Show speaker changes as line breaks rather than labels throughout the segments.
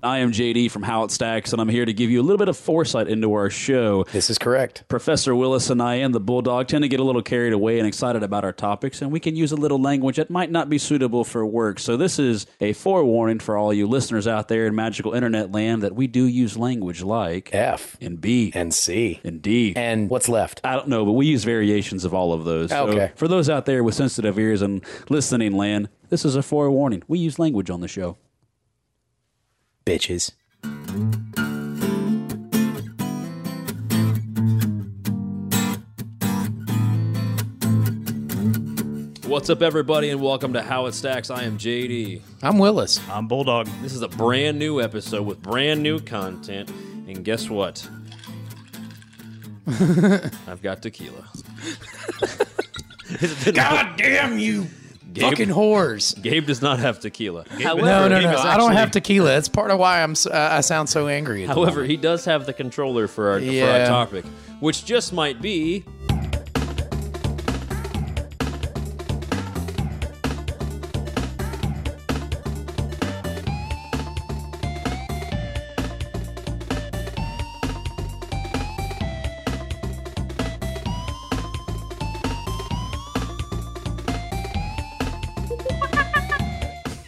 I am JD from How It Stacks, and I'm here to give you a little bit of foresight into our show.
This is correct.
Professor Willis and I and the Bulldog tend to get a little carried away and excited about our topics, and we can use a little language that might not be suitable for work. So, this is a forewarning for all you listeners out there in magical internet land that we do use language like
F
and B
and C
and D.
and what's left?
I don't know, but we use variations of all of those. So
Okay.
For those out there with sensitive ears and listening land, this is a forewarning. We use language on the show.
Bitches.
What's up, everybody, and welcome to How It Stacks. I am JD.
I'm Willis.
I'm Bulldog.
This is a brand new episode with brand new content, and guess what? I've got tequila. It's been-
God damn you,
Gabe,
fucking whores!
Gabe does not have tequila. However,
No, no,
Gabe
no.
is
I don't
actually-
have tequila. That's part of why I'm. s- Uh, I sound so angry. at the
however,
moment.
he does have the controller for our, for
Yeah.
our topic, which just might be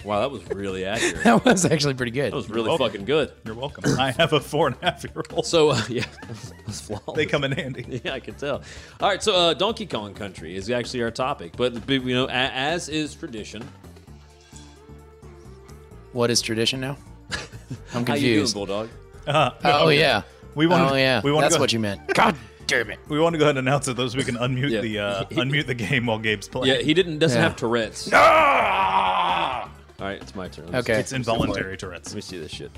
Wow, that was really accurate.
that
That
was actually pretty good.
was really fucking good.
You're welcome. I have a four and a half year old.
So uh, yeah, that was flawless.
They come in handy.
Yeah, I can tell. All right, so uh, Donkey Kong Country is actually our topic, but but, you know, a- as is tradition.
What is tradition now? I'm
How you doing,
confused.
Bulldog?
oh yeah.
We wanna-
Oh yeah.
we wanna
That's
go-
what you meant. God damn it.
We want to go ahead and announce it, though, so we can unmute
Yeah.
the uh, unmute the game while Gabe's
Yeah,
playing.
he didn't doesn't
Yeah.
have Tourette's.
Ah!
All right, it's my turn. Let me
Okay.
It's involuntary Tourette's.
Let me see this shit.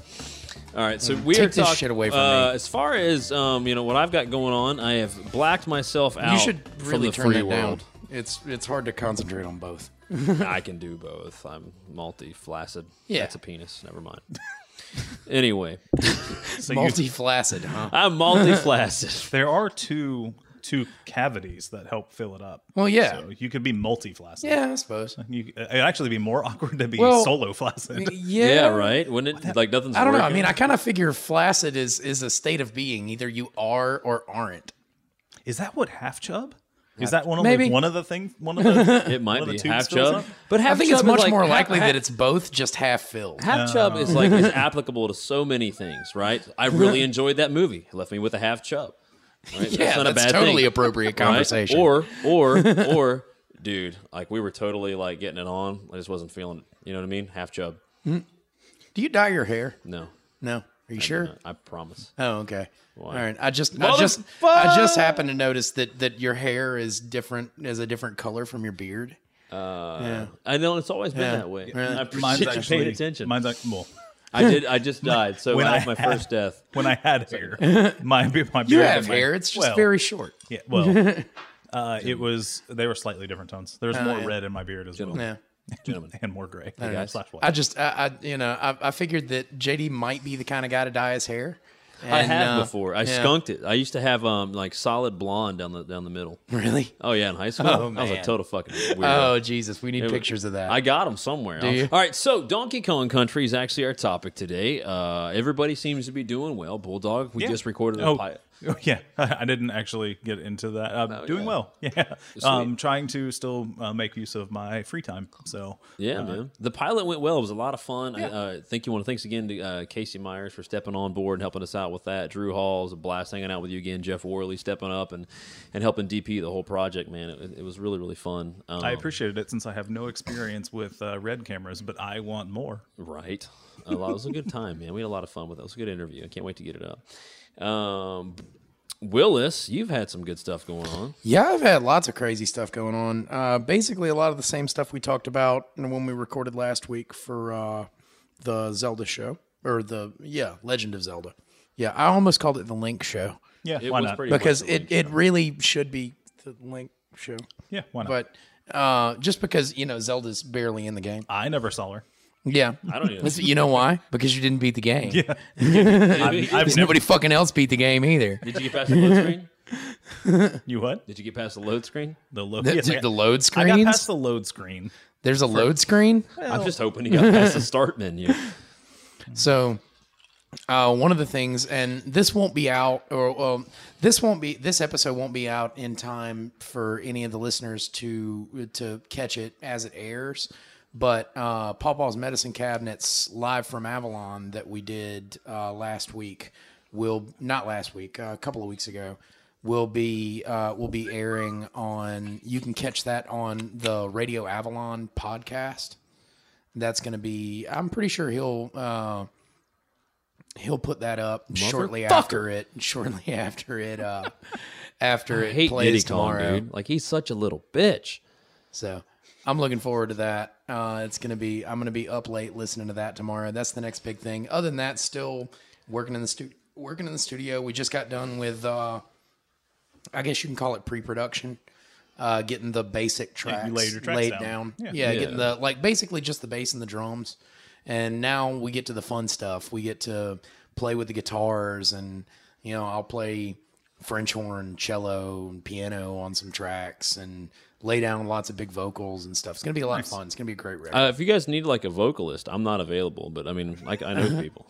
All right, so we are
take this
talk-
shit away from
uh,
me.
As far as um, you know, what I've got going on, I have blacked myself out.
You should really
from the
turn
free
it
world.
down. It's it's hard to concentrate on both.
I can do both. I'm multi flaccid.
Yeah.
that's a penis. Never mind. anyway,
So you-
Multi flaccid, huh?
I'm multi flaccid.
there are two two cavities that help fill it up.
Well, yeah.
So you could be multi flaccid.
Yeah, I suppose.
You, uh, it'd actually be more awkward to be
Well-
solo flaccid.
Yeah.
yeah, right. Wouldn't it like nothing's?
I don't know. I
working?
mean, I kind of figure flaccid is is a state of being. Either you are or aren't.
Is that what half chub? Is that one of
Maybe.
the, one of the things? One of the
It
One
might
of
be
the tubes
half
fills
chub,
up?
but half
I think
chub
it's
is
much
like-
more
half-
likely
half-
that it's both just half filled.
half chub is like
Um.
is applicable to so many things, right? I really enjoyed that movie. It left me with a half chub. Right?
yeah, that's, totally appropriate
right?
conversation.
Or or or dude, like we were totally like getting it on. I just wasn't feeling it. You know what I mean? Half chub.
do you dye your hair?
No.
No. Are you sure?
I promise.
Oh, okay. All right. I just, I just, I just happened to notice that that your hair is different, is a different color from your beard. Uh,
I know it's always been
Yeah.
that way.
Yeah.
I appreciate you paying attention.
Mine's like, well,
I did. I just died, so
when
I
I
had my
had-
first death.
when I had hair, my be- my beard.
you have
and my-
hair. It's just
well,
very short.
Yeah, well, uh, it was. They were slightly different tones. There was more red in my beard as well,
Uh, Yeah.
Gentlemen,
and more gray. Slash white.
I just, I, I you know, I, I figured that JD might be the kind of guy to dye his hair.
I
And,
have
uh,
before. I
yeah.
skunked it. I used to have um like solid blonde down the down the middle.
Really?
Oh yeah, in high school.
Oh,
I was a
man.
total fucking weirdo.
Oh Jesus, we need pictures of that.
I got them somewhere.
you?
All right, so Donkey Kong Country is actually our topic today. Uh, everybody seems to be doing well. Bulldog, we
Yeah.
just recorded a
Oh,
pilot.
oh, yeah. I didn't actually get into that. I'm
Oh,
doing well. Yeah. Um, trying to still uh, make use of my free time. So
Yeah, man. The pilot went well. It was a lot of fun. I uh, thank you. Want to thanks again to uh, Casey Myers for stepping on board and helping us out with that. Drew Hall is a blast hanging out with you again. Jeff Worley stepping up and, and helping DP the whole project, man. It, it was really really fun. Um,
I appreciated it since I have no experience with uh, red cameras, but I want more.
Right. A lot, it was a good time, man. We had a lot of fun with it. It was a good interview. I can't wait to get it up. Um, Willis, you've had some good stuff going on.
Yeah, I've had lots of crazy stuff going on. Uh, basically, a lot of the same stuff we talked about and when we recorded last week for uh, the Zelda show or the yeah Legend of Zelda. Yeah, I almost called it the Link show
Yeah.
It
why
was
not?
pretty much
because
the
it,
link.
it really should be the Link show,
yeah. Why not?
but uh, just because you know Zelda's barely in the game.
I never saw her.
Yeah, I
don't even-
You know why? Because you didn't beat the game. Yeah,
Did,
I've never.
nobody fucking else beat the game either.
did you get past the load screen?
You what?
Did you get past the load screen?
The load.
The,
yes, I
the
got-
load
I
screens.
got past the load screen.
There's a load screen.
I'm just hoping he got past the start menu.
So, uh, one of the things, and this won't be out, or well, this won't be this episode won't be out in time for any of the listeners to to catch it as it airs. But uh, Pawpaw's Medicine Cabinets live from Avalon that we did uh, last week will not last week, uh, a couple of weeks ago will be uh, will be airing on. You can catch that on the Radio Avalon podcast. That's going to be. I'm pretty sure he'll uh, he'll put that up shortly after it. Shortly after it. Uh, after
I
it
hate Diddy
plays
Kong,
tomorrow.
dude. Like he's such a little bitch.
So I'm looking forward to that. Uh, it's gonna be. I'm gonna be up late listening to that tomorrow. That's the next big thing. Other than that, still working in the studio. Working in the studio. We just got done with. Uh, I guess you can call it pre-production. Uh, getting the basic tracks
laid your tracks
laid
down.
down.
Yeah.
yeah, getting the like basically just the bass and the drums. And now we get to the fun stuff. We get to play with the guitars, and you know I'll play French horn, cello, and piano on some tracks, and lay down lots of big vocals and stuff. It's gonna be a lot of fun. It's gonna be a great record.
Uh, if you guys need like a vocalist, I'm not available, but I mean, like I know people.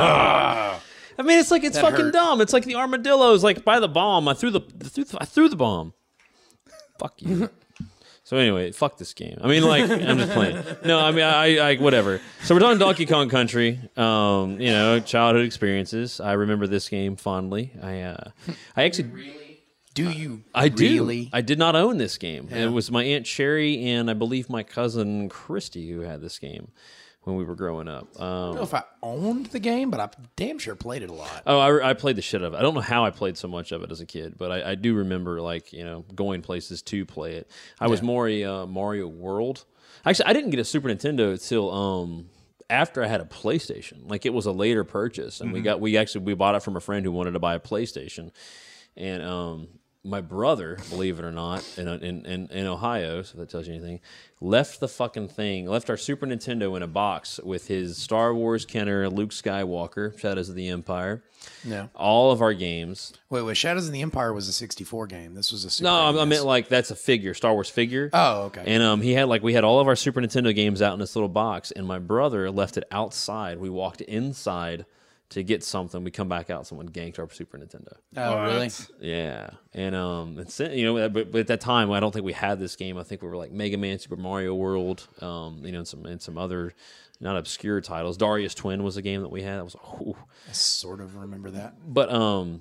I mean, it's like it's fucking
hurt.
dumb. It's like the armadillos, like by the bomb. I threw the, threw the I threw the bomb. Fuck you. so anyway, fuck this game. I mean, like I'm just playing. No, I mean, I, I whatever. So we're talking Donkey Kong Country. Um, you know, childhood experiences. I remember this game fondly. I uh, I actually
do you?
I do.
really?
I did not own this game. It was my aunt Sherry and I believe my cousin Christy who had this game when we were growing up. Um,
I don't know if I owned the game, but I damn sure played it a lot.
oh, I, I played the shit out of it. I don't know how I played so much of it as a kid, but I, I do remember like you know going places to play it. I was more a uh, Mario World. Actually, I didn't get a Super Nintendo until um, after I had a PlayStation. Like it was a later purchase, and we got we actually we bought it from a friend who wanted to buy a PlayStation. and um, my brother, believe it or not, in, in in in Ohio, so if that tells you anything, left the fucking thing, left our Super Nintendo in a box with his Star Wars Kenner, Luke Skywalker, Shadows of the Empire,
No,
all of our games.
wait, wait. Shadows of the Empire was a '64 game. This was a Super E
No, I, I
NES.
meant like that's a figure, Star Wars figure.
Oh, okay.
And um, he had like we had all of our Super Nintendo games out in this little box, and my brother left it outside. We walked inside to get something. We come back out, someone ganked our Super Nintendo.
oh, really?
Yeah, and um, and sin- you know, but, but at that time, I don't think we had this game. I think we were like Mega Man, Super Mario World, um, you know, and some and some other not obscure titles. Darius Twin was a game that we had. I was like, ooh.
I sort of remember that.
but um,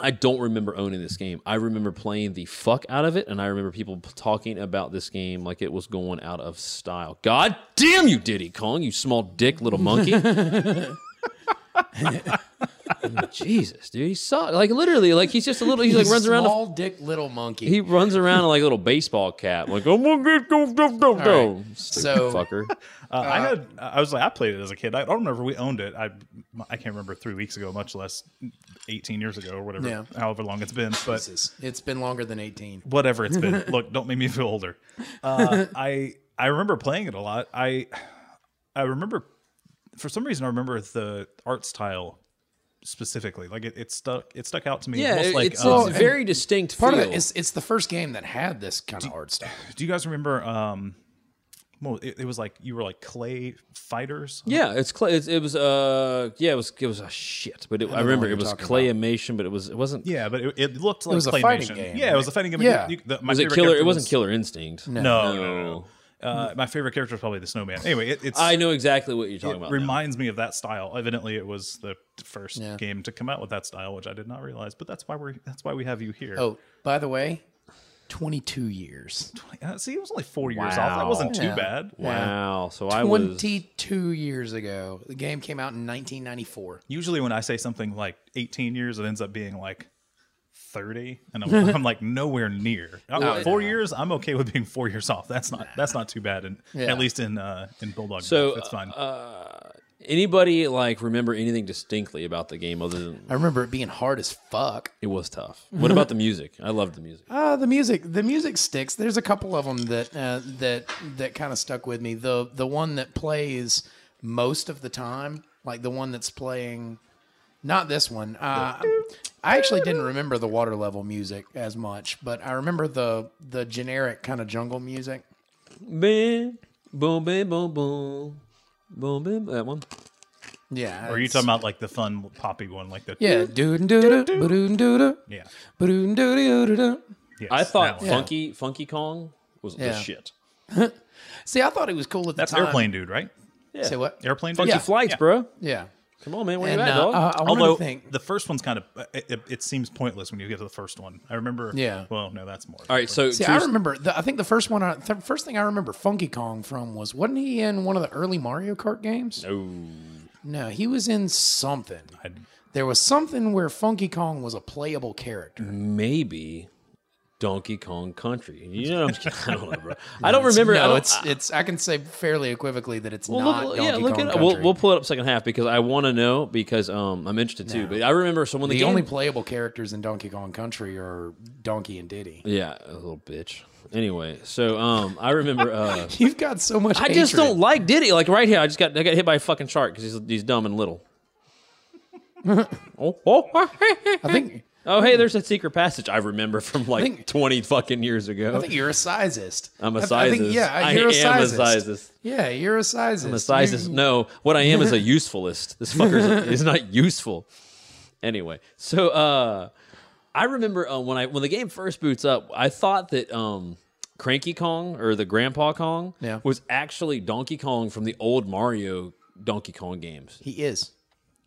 I don't remember owning this game. I remember playing the fuck out of it, and I remember people p- talking about this game like it was going out of style. God damn you, Diddy Kong, you small dick little monkey. Jesus, dude, he sucks. Like literally, like he's just a little. He like runs around. a
Small dick little monkey.
he runs around in like a little baseball cap, like I'm gonna get go go go go. Stupid
So-
fucker.
Uh, I had. I was like, I played it as a kid. I don't remember if we owned it. I, I can't remember three weeks ago, much less eighteen years ago or whatever.
Yeah.
However long it's been, but
Jesus. It's been longer than 18.
whatever it's been. Look, don't make me feel older. Uh, I I remember playing it a lot. I I remember for some reason I remember the art style specifically. Like it, it stuck it stuck out to me.
Yeah,
almost
it-
like
it's,
um,
it's very distinct.
Part
feel.
of it is it's the first game that had this kind of art style.
do you guys remember? Um, well, it, it was like you were like clay fighters.
yeah, it's clay. It's, it was uh yeah, it was it was a shit, but it, I, remember it was claymation, but it was it wasn't.
Yeah, but it, it looked like
was a
claymation.
fighting game,
Yeah, it was a fighting game.
Yeah.
You- you- the- my
Was it
favorite
killer? It
character
wasn't
was-
Killer Instinct.
No, no, no. no. Uh, my favorite character was probably the snowman. Anyway, it, it's
I know exactly what you're talking about. now.
reminds me of that style. Evidently, it was the first
Yeah.
game to come out with that style, which I did not realize. But that's why we're that's why we have you here.
Oh, by the way, 22 years.
Uh, see, it was only four years off. That wasn't too
Yeah.
bad.
Wow. So I was.
22 years ago. The game came out in 1994.
Usually, when I say something like 18 years, it ends up being like 30, and I'm, I'm like nowhere near. I'm like, four years, I'm okay with being four years off. That's not that's not too bad, and
Yeah.
at least in uh, in Bulldog,
So, uh,
so it's fine.
Anybody like remember anything distinctly about the game other than
I remember it being hard as fuck.
it was tough? What about the music? I loved the music.
Uh, the music, the music sticks. There's a couple of them that uh, that that kind of stuck with me. The the one that plays most of the time, like the one that's playing, not this one. Uh, I actually didn't remember the water level music as much, but I remember the the generic kind of jungle music.
Bam, boom, bam, boom, boom, boom, bam. That one.
Yeah.
Or are you
it's-
talking about like the fun poppy one, like the
Yeah. Doo doo doo doo doo
yeah?
doo doo doo.
Yes,
I
that
thought
one.
Funky Funky Kong was the
Yeah.
shit.
See, I thought it was cool at the
that's
time.
airplane dude, right?
Yeah.
Say what?
Airplane dude.
Funky
Yeah.
flights,
Yeah.
bro.
Yeah.
Come on, man. Where
And
you
uh,
at, dog?
I, I want
Although
to think.
the first one's kind of uh, it, it, it seems pointless when you get to the first one. I remember.
Yeah.
Well, no, that's more.
All right, so
See,
true
I remember. The, I think the first one. I, the first thing I remember Funky Kong from was wasn't he in one of the early Mario Kart games?
Oh,
No, he was in something.
I-
There was something where Funky Kong was a playable character.
maybe Donkey Kong Country. You know, I'm just, I don't know, bro. I don't remember. I
No,
don't-
it's it's. I can say fairly equivocally that it's
Well,
not.
look,
Donkey
yeah, look
Kong
at we'll,
Country.
we'll pull it up second half because I want to know because um I'm interested too. But I remember so when the,
the
game,
only playable characters in Donkey Kong Country are Donkey and Diddy.
yeah, a little bitch. Anyway, so um I remember uh
You've got so much.
I just
hatred.
don't like Diddy. Like right here, I just got I got hit by a fucking shark because he's he's dumb and little. oh, oh,
I think
oh, hey, there's a secret passage I remember from like
think-
20 fucking years ago.
I think you're a sizist.
I'm a
I- I think-
sizist.
yeah,
I
you're a
am a
sizist.
sizist.
Yeah, you're a sizist.
I'm a sizist. No, what I am is a usefulist. This fucker is- is not useful. Anyway, so uh, I remember uh, when I when the game first boots up, I thought that um, Cranky Kong or the Grandpa Kong
Yeah.
was actually Donkey Kong from the old Mario Donkey Kong games.
He is.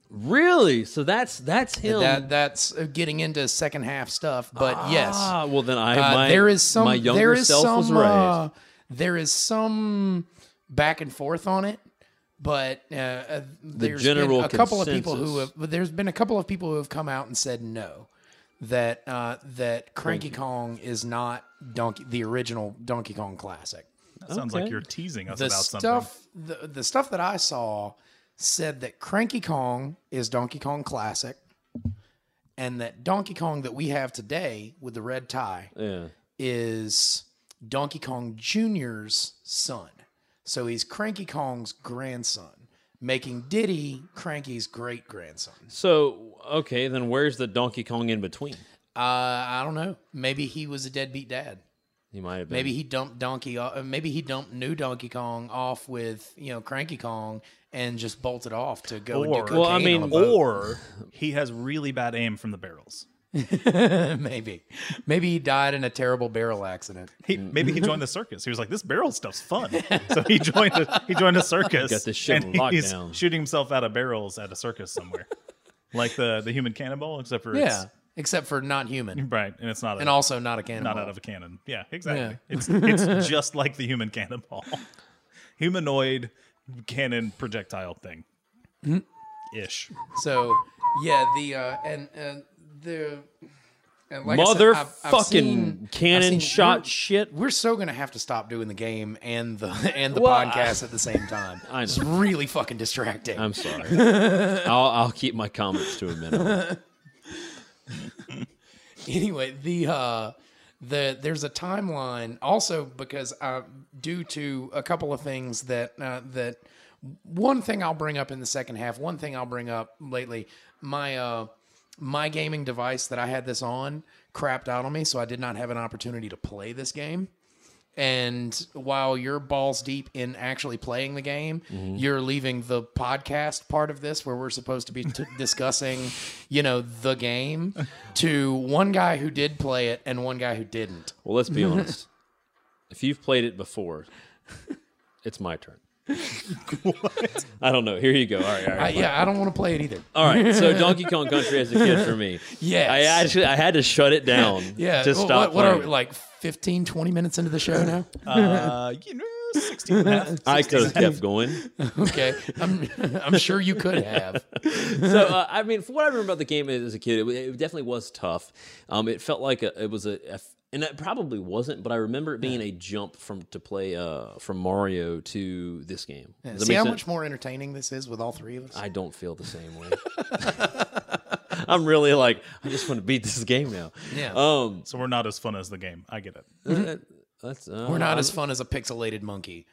Really? So that's that's him.
That that's uh, getting into second half stuff. But yes,
Ah, well then I
Uh,
my,
there is some.
my younger
there is
self
some.
was right.
uh, there is some back and forth on it, but uh, uh, there's
general
been a couple of people
consensus.
who have. But there's been a couple of people who have come out and said no, that uh, that Cranky Kong is not Donkey the original Donkey Kong classic.
that sounds like
okay.
you're teasing us
The
about something.
stuff the, the stuff that I saw said that Cranky Kong is Donkey Kong classic. And that Donkey Kong that we have today with the red tie
yeah.
is Donkey Kong Jr.'s son. So he's Cranky Kong's grandson, making Diddy Cranky's great grandson.
So okay, then where's the Donkey Kong in between?
Uh, I don't know. Maybe he was a deadbeat dad.
He might have been.
Maybe he dumped Donkey. o- uh, Maybe he dumped new Donkey Kong off with you know Cranky Kong and just bolted off to go and do
Or,
cocaine
Well, I mean,
on a boat.
or he has really bad aim from the barrels.
maybe, maybe he died in a terrible barrel accident.
He,
Mm.
maybe he joined the circus. He was like, "This barrel stuff's fun," so he joined. A, he joined a circus.
Got this shit
and
on
he's
lockdown.
shooting himself out of barrels at a circus somewhere, like the the human cannonball, except for
Yeah, except for not human
it's, right, and it's not a,
and also not a cannonball.
not out of a cannon. Yeah, exactly. It's it's just like the human cannonball, humanoid cannon projectile thing,
Mm.
ish.
So yeah, the uh, and and the and like I said,
Motherfucking
I've- I've seen- I've
cannon
seen-
shot
we're-
shit.
We're so gonna have to stop doing the game and the and the
Well, I-
podcast at the same time.
I know.
It's really fucking distracting.
I'm sorry. I'll, I'll keep my comments to a minimum.
anyway, the uh, the there's a timeline also because uh, due to a couple of things that uh, that one thing I'll bring up in the second half, one thing I'll bring up lately, my uh, my gaming device that I had this on crapped out on me, so I did not have an opportunity to play this game. And while you're balls deep in actually playing the game,
Mm-hmm.
you're leaving the podcast part of this where we're supposed to be t- discussing, you know, the game to one guy who did play it and one guy who didn't.
Well, let's be honest. If you've played it before, it's my turn. I don't know. Here you go. All right, all
I,
right.
yeah, I don't want to play it either.
All right. So Donkey Kong Country as a kid for me.
Yes.
I actually I had to shut it down.
Yeah.
To
what-
stop
what, what are we,
playing.
like 15, 20 minutes into the show now?
Uh, you know, sixteen and a half.
I could have kept going.
Okay. I'm, I'm sure you could have.
so uh, I mean, from what I remember about the game as a kid, it, wa- it definitely was tough. Um, it felt like a, it was a, a f- and it probably wasn't, but I remember it being a jump from to play uh, from Mario to this game. Does that
See
make
how
sense?
much more entertaining this is with all three of us?
I don't feel the same way. I'm really like I just want to beat this game now.
Yeah.
Um,
So we're not as fun as the game. I get it.
that's, uh,
We're not as fun as a pixelated monkey.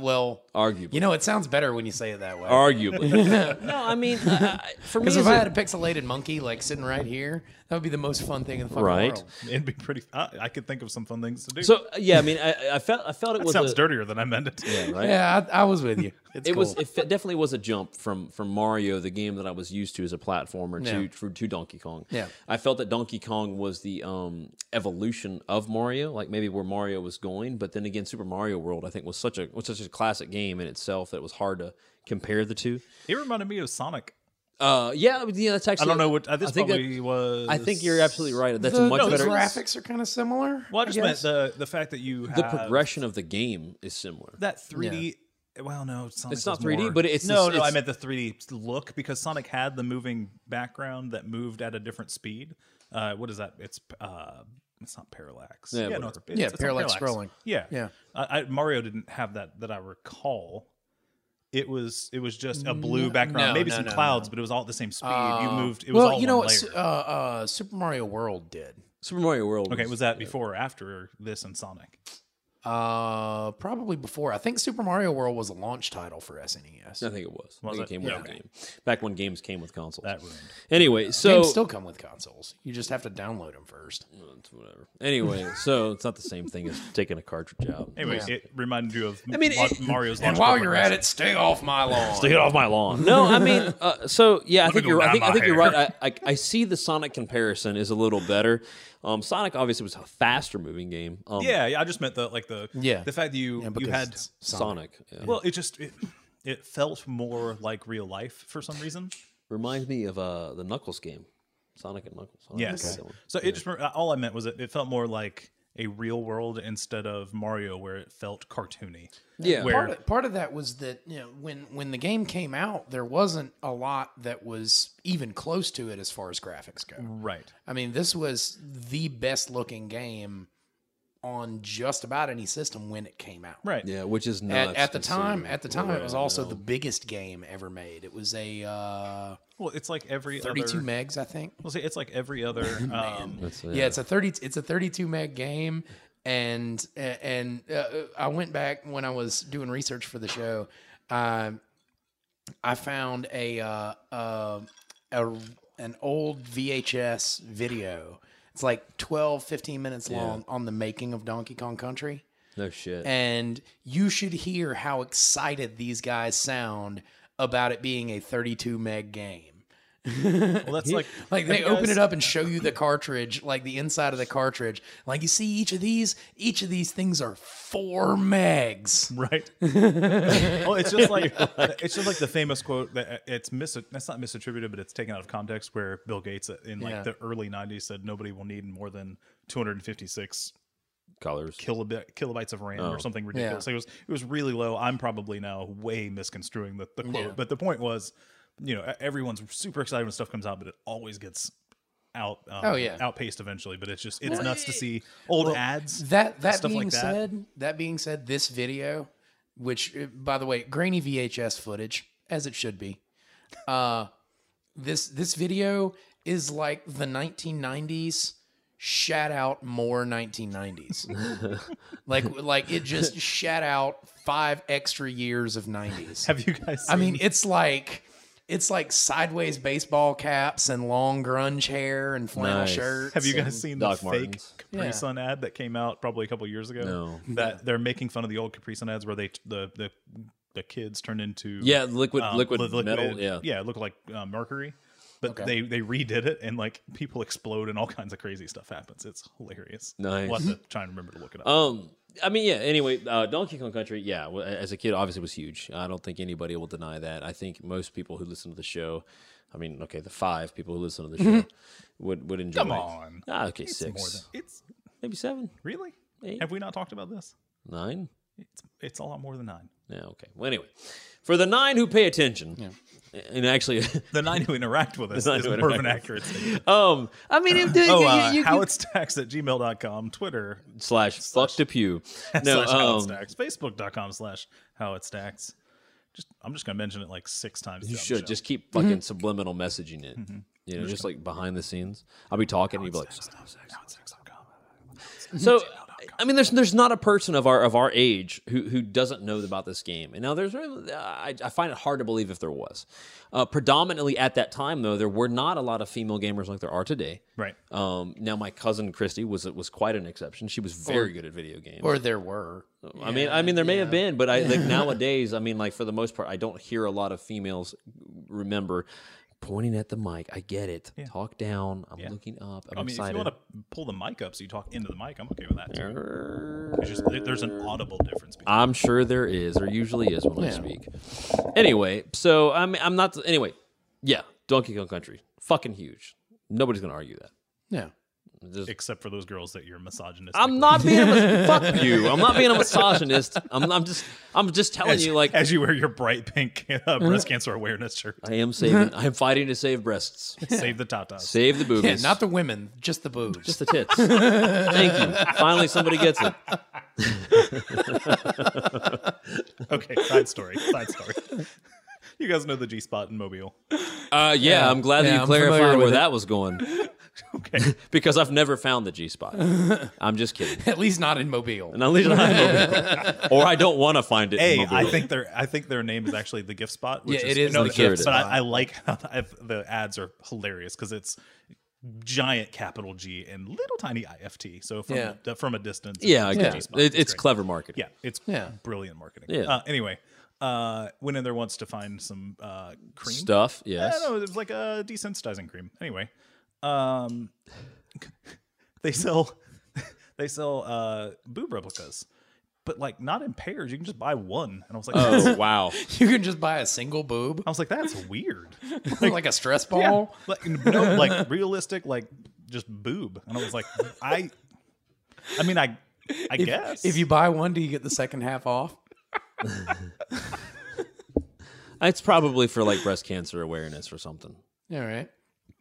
well,
Arguably.
you know, it sounds better when you say it that way.
Arguably. no, I mean, uh, for me,
Because if
it's
I
a-
had a pixelated monkey like sitting right here, that would be the most fun thing in the fucking
Right.
world.
It'd be pretty. I, I could think of some fun things to do.
so uh, yeah, I mean, I, I felt I felt it
that
was
sounds
a,
dirtier than I meant it.
Yeah, right.
Yeah, I, I was with you. It's
It
cool.
was it fe- definitely was a jump from from Mario, the game that I was used to as a platformer,
Yeah.
to to, to Donkey Kong.
Yeah.
I felt that Donkey Kong was the um, evolution of Mario, like maybe where Mario was going. But then again, Super Mario World, I think, was such a was such a classic game in itself that it was hard to compare the two.
It reminded me of Sonic.
Uh, yeah, I mean, yeah, that's
I
actually.
don't know what. Uh, this
think that-
probably was.
I think you're absolutely right. That's
the,
a much
the
better.
Uh, graphics are kind of similar.
Well, I just meant
guess.
the the fact that you have
the progression of the game is similar.
that 3D. Well, no, Sonic
It's not
was
3D,
more-
but it's-
no,
it's-
no. I
it's-
meant the 3D look because Sonic had the moving background that moved at a different speed. Uh, what is that? It's uh, it's not parallax.
Yeah,
no,
whatever.
it's,
Yeah,
it's not
parallax scrolling.
Yeah,
Yeah.
I, I, Mario didn't have that that I recall. It was it was just a blue background,
no,
maybe
no,
some
no, no.
clouds, but it was all at the same speed. you moved. It was
well,
all
you know
one
what?
layer.
Su- Uh, uh, Super Mario World did.
Super Mario World.
okay, was that before or after this and Sonic?
Uh, probably before. I think Super Mario World was a launch title for E SNES.
I think it was. I think it
it?
came with
Yeah,
the game. Back when games came with consoles.
That ruined.
Anyway, so
Games still come with consoles. You just have to download them first.
whatever. Anyway, so it's not the same thing as taking a cartridge out.
Anyway, it reminded you of I
mean, it-
Mario's.
And
launch
while you're
progression.
at it, stay off my lawn.
get off my lawn. No, I mean, uh, so yeah, I think
go
you're. I
down
think, I
my
think you're
hair.
right. I, I, I see the Sonic comparison is a little better. Um, Sonic obviously was a faster moving game. Um,
Yeah, yeah. I just meant the like the
Yeah.
the fact that you you
because
had
it's
Sonic yeah.
well, it just it, it felt more like real life for some reason.
reminds me of uh, the Knuckles game, Sonic and Knuckles. Sonic and
Yes.
Knuckles.
So it just uh, all I meant was it, it felt more like a real world instead of Mario, where it felt cartoony.
Yeah.
Where
part of, part of that was that you know when when the game came out, there wasn't a lot that was even close to it as far as graphics go.
right.
I mean, this was the best looking game on just about any system when it came out.
Right.
Yeah, which is nuts.
At, at the
considering
time, at the time, it was also the biggest game ever made. It was a uh,
Well, it's like every
32
other.
megs, I think.
well, see, it's like every other. Um,
that's-
yeah, it's a 30 it's a 32 meg game and and uh, i went back when i was doing research for the show um, i found a, uh, uh, a an old vhs video it's like 12 15 minutes long on the making of donkey kong country
No shit.
and you should hear how excited these guys sound about it being a 32 meg game
well, that's like
like they
Have you
open
guys-
it up and show you the cartridge, like the inside of the cartridge. Like you see each of these, each of these things are four megs.
right? well, Oh, it's just like, uh, it's just like the famous quote that uh, it's mis that's not misattributed, but it's taken out of context where Bill Gates uh, in like
Yeah.
the early '90s said nobody will need more than 256
Colors.
kilobit, kilobytes of RAM
Oh.
or something ridiculous. It was it was really low. I'm probably now way misconstruing the, the quote, but the point was, you know, e- everyone's super excited when stuff comes out, but it always gets out um,
Oh, yeah.
outpaced eventually but it's just it's nuts to see old ads
That that
Stuff like
being
that.
said, that being said, this video, which uh, by the way, grainy VHS footage, as it should be. Uh, this this video is like the 1990s. Shout out more 1990s, like like it just shout out five extra years of 90s.
have you guys
I
seen-
mean, it's like it's like sideways baseball caps and long grunge hair and flannel
Nice.
shirts.
Have you
and-
guys seen
Doc
the
Martens.
fake Capri
Yeah.
Sun ad that came out probably a couple years ago?
No.
That they're making fun of the old Capri Sun ads where they the the, the kids turned into um,
Yeah, liquid- liquid
li-
metal, yeah.
yeah, it looked like uh, mercury. But they they redid it and like people explode and all kinds of crazy stuff happens. It's hilarious.
Nice.
We'll have to try and remember to look it up.
Um, I mean, yeah. Anyway, uh, Donkey Kong Country, yeah. wa- As a kid, obviously was huge. I don't think anybody will deny that. I think most people who listen to the show, I mean, okay, the five people who listen to the show would would enjoy.
Mm-hmm. Come
it.
on.
Ah, okay,
it's
six,
more than it's
maybe seven,
really.
Eight.
Have we not talked about this?
nine.
It's it's a lot more than nine.
Yeah, okay. Well, anyway, for the nine who pay attention, and actually,
The nine who interact with us
nine
is
who
more of an
interact.
accurate.
um, I mean, if, you,
Oh,
you-
uh,
you-
how it's taxed at gmail.com, Twitter,
slash fuck to pew. No,
slash how it
um,
stacks. Facebook.com slash how it stacks. Just I'm just gonna mention it like six times.
You should just keep
Mm-hmm.
fucking subliminal messaging it. You know, just like behind the scenes. I'll be talking, and you'll be like, so, I mean, there's there's not a person of our of our age who who doesn't know about this game. And now there's really- I, I find it hard to believe if there was. Uh, predominantly at that time, though, there were not a lot of female gamers like there are today.
Right.
Um, now, my cousin Christy was was quite an exception. She was very good at video games.
Or there were.
I mean, I mean, there may have been, but I like nowadays. I mean, like for the most part, I don't hear a lot of females remember pointing at the mic. I get it. Talk down. I'm looking up. I'm
I mean,
excited.
if you want to pull the mic up so you talk into the mic, I'm okay with that. Too. It's just there- there's an audible difference. Between,
I'm sure there is. There usually is when I speak. Anyway, so I'm I'm not anyway. Yeah, Donkey Kong Country, fucking huge. Nobody's gonna argue that.
Yeah.
Just-
except for those girls that you're misogynist.
I'm not being a mis- fuck you. I'm not being a misogynist. I'm, I'm just I'm just telling
as,
you like
as you wear your bright pink uh, breast cancer awareness shirt.
I am saving. I am fighting to save breasts,
Save the tatas.
save the
Yeah,
boobies,
not the women, just the boobs.
just the tits. Thank you. Finally, somebody gets it. Uh,
Okay, side story. Side story. You guys know the G spot in Mobile.
Uh, yeah, I'm glad that
yeah,
you
I'm familiar
clarified where
with it.
that was going
Okay,
because I've never found the G spot. I'm just kidding.
At least not in Mobile.
And I leave it on Or I don't want to find it.
hey,
in my
I
book.
think their I think their name is actually the gift spot. Which
Yeah,
is,
it is
no,
the
no,
gift
But
spot.
I, I like how the, I've- the ads are hilarious because it's giant capital G and little tiny IFT. So from
Yeah.
a, from a distance,
Yeah, I
it's the
get
G
it.
spot.
It- it's
great.
clever marketing.
Yeah, it's
Yeah.
brilliant marketing.
Yeah.
Uh, anyway, uh, went in there once to find some uh, cream
Stuff,
I
yes.
don't know. It was like a desensitizing cream. Anyway, um, they sell they sell uh, boob replicas, but like not in pairs. You can just buy one. And I was like, that's,
Oh, wow.
You can just buy a single boob,
I was like, that's weird.
like a stress ball.
like no, like realistic, like just boob. And I was like, I, I mean, I, I guess
If you buy one, do you get the second half off?
It's probably for like breast cancer awareness or something.
All right.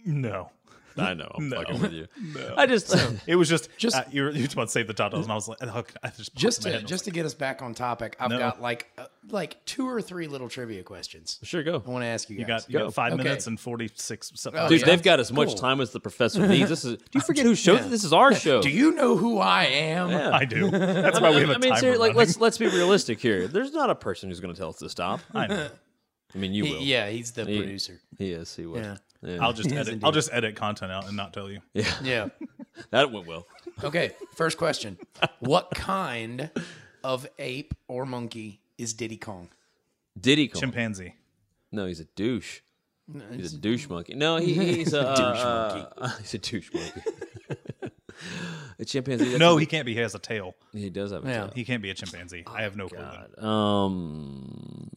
no.
I know. I'm
No.
fucking with you. I just,
It was just,
Just-
uh, you were, you were about to save the tatas, and I was like, oh, I just,
Just
popped in my head
to
and I was
just to get us back on topic, I've
No.
got like uh, like two or three little trivia questions
sure,
I
go.
want to ask you guys.
You got, you got five
Okay.
minutes and 46 seconds.
Oh,
Dude,
yeah.
they've got as much
Cool.
time as the professor needs. This is, do you forget who showed this? This is our show.
do you know who I am?
I do. That's why we have a
I mean,
timer
seriously, like,
running.
let's, let's be realistic here. There's not a person who's going to tell us to stop.
I know.
I mean, you will.
He- yeah, he's the producer.
He is. He will.
Yeah.
I'll just edit. I'll just edit content out and not tell you.
Yeah.
That went well.
Okay. First question: What kind of ape or monkey is Diddy Kong?
Diddy Kong.
Chimpanzee.
No, he's a douche. He's a douche monkey. No, he, he's a douche monkey. He's a douche monkey. a chimpanzee. that's
No,
a-
he can't be. He has a tail.
he does have a
Yeah.
He can't be a chimpanzee. I have no clue. then.
tail. Um,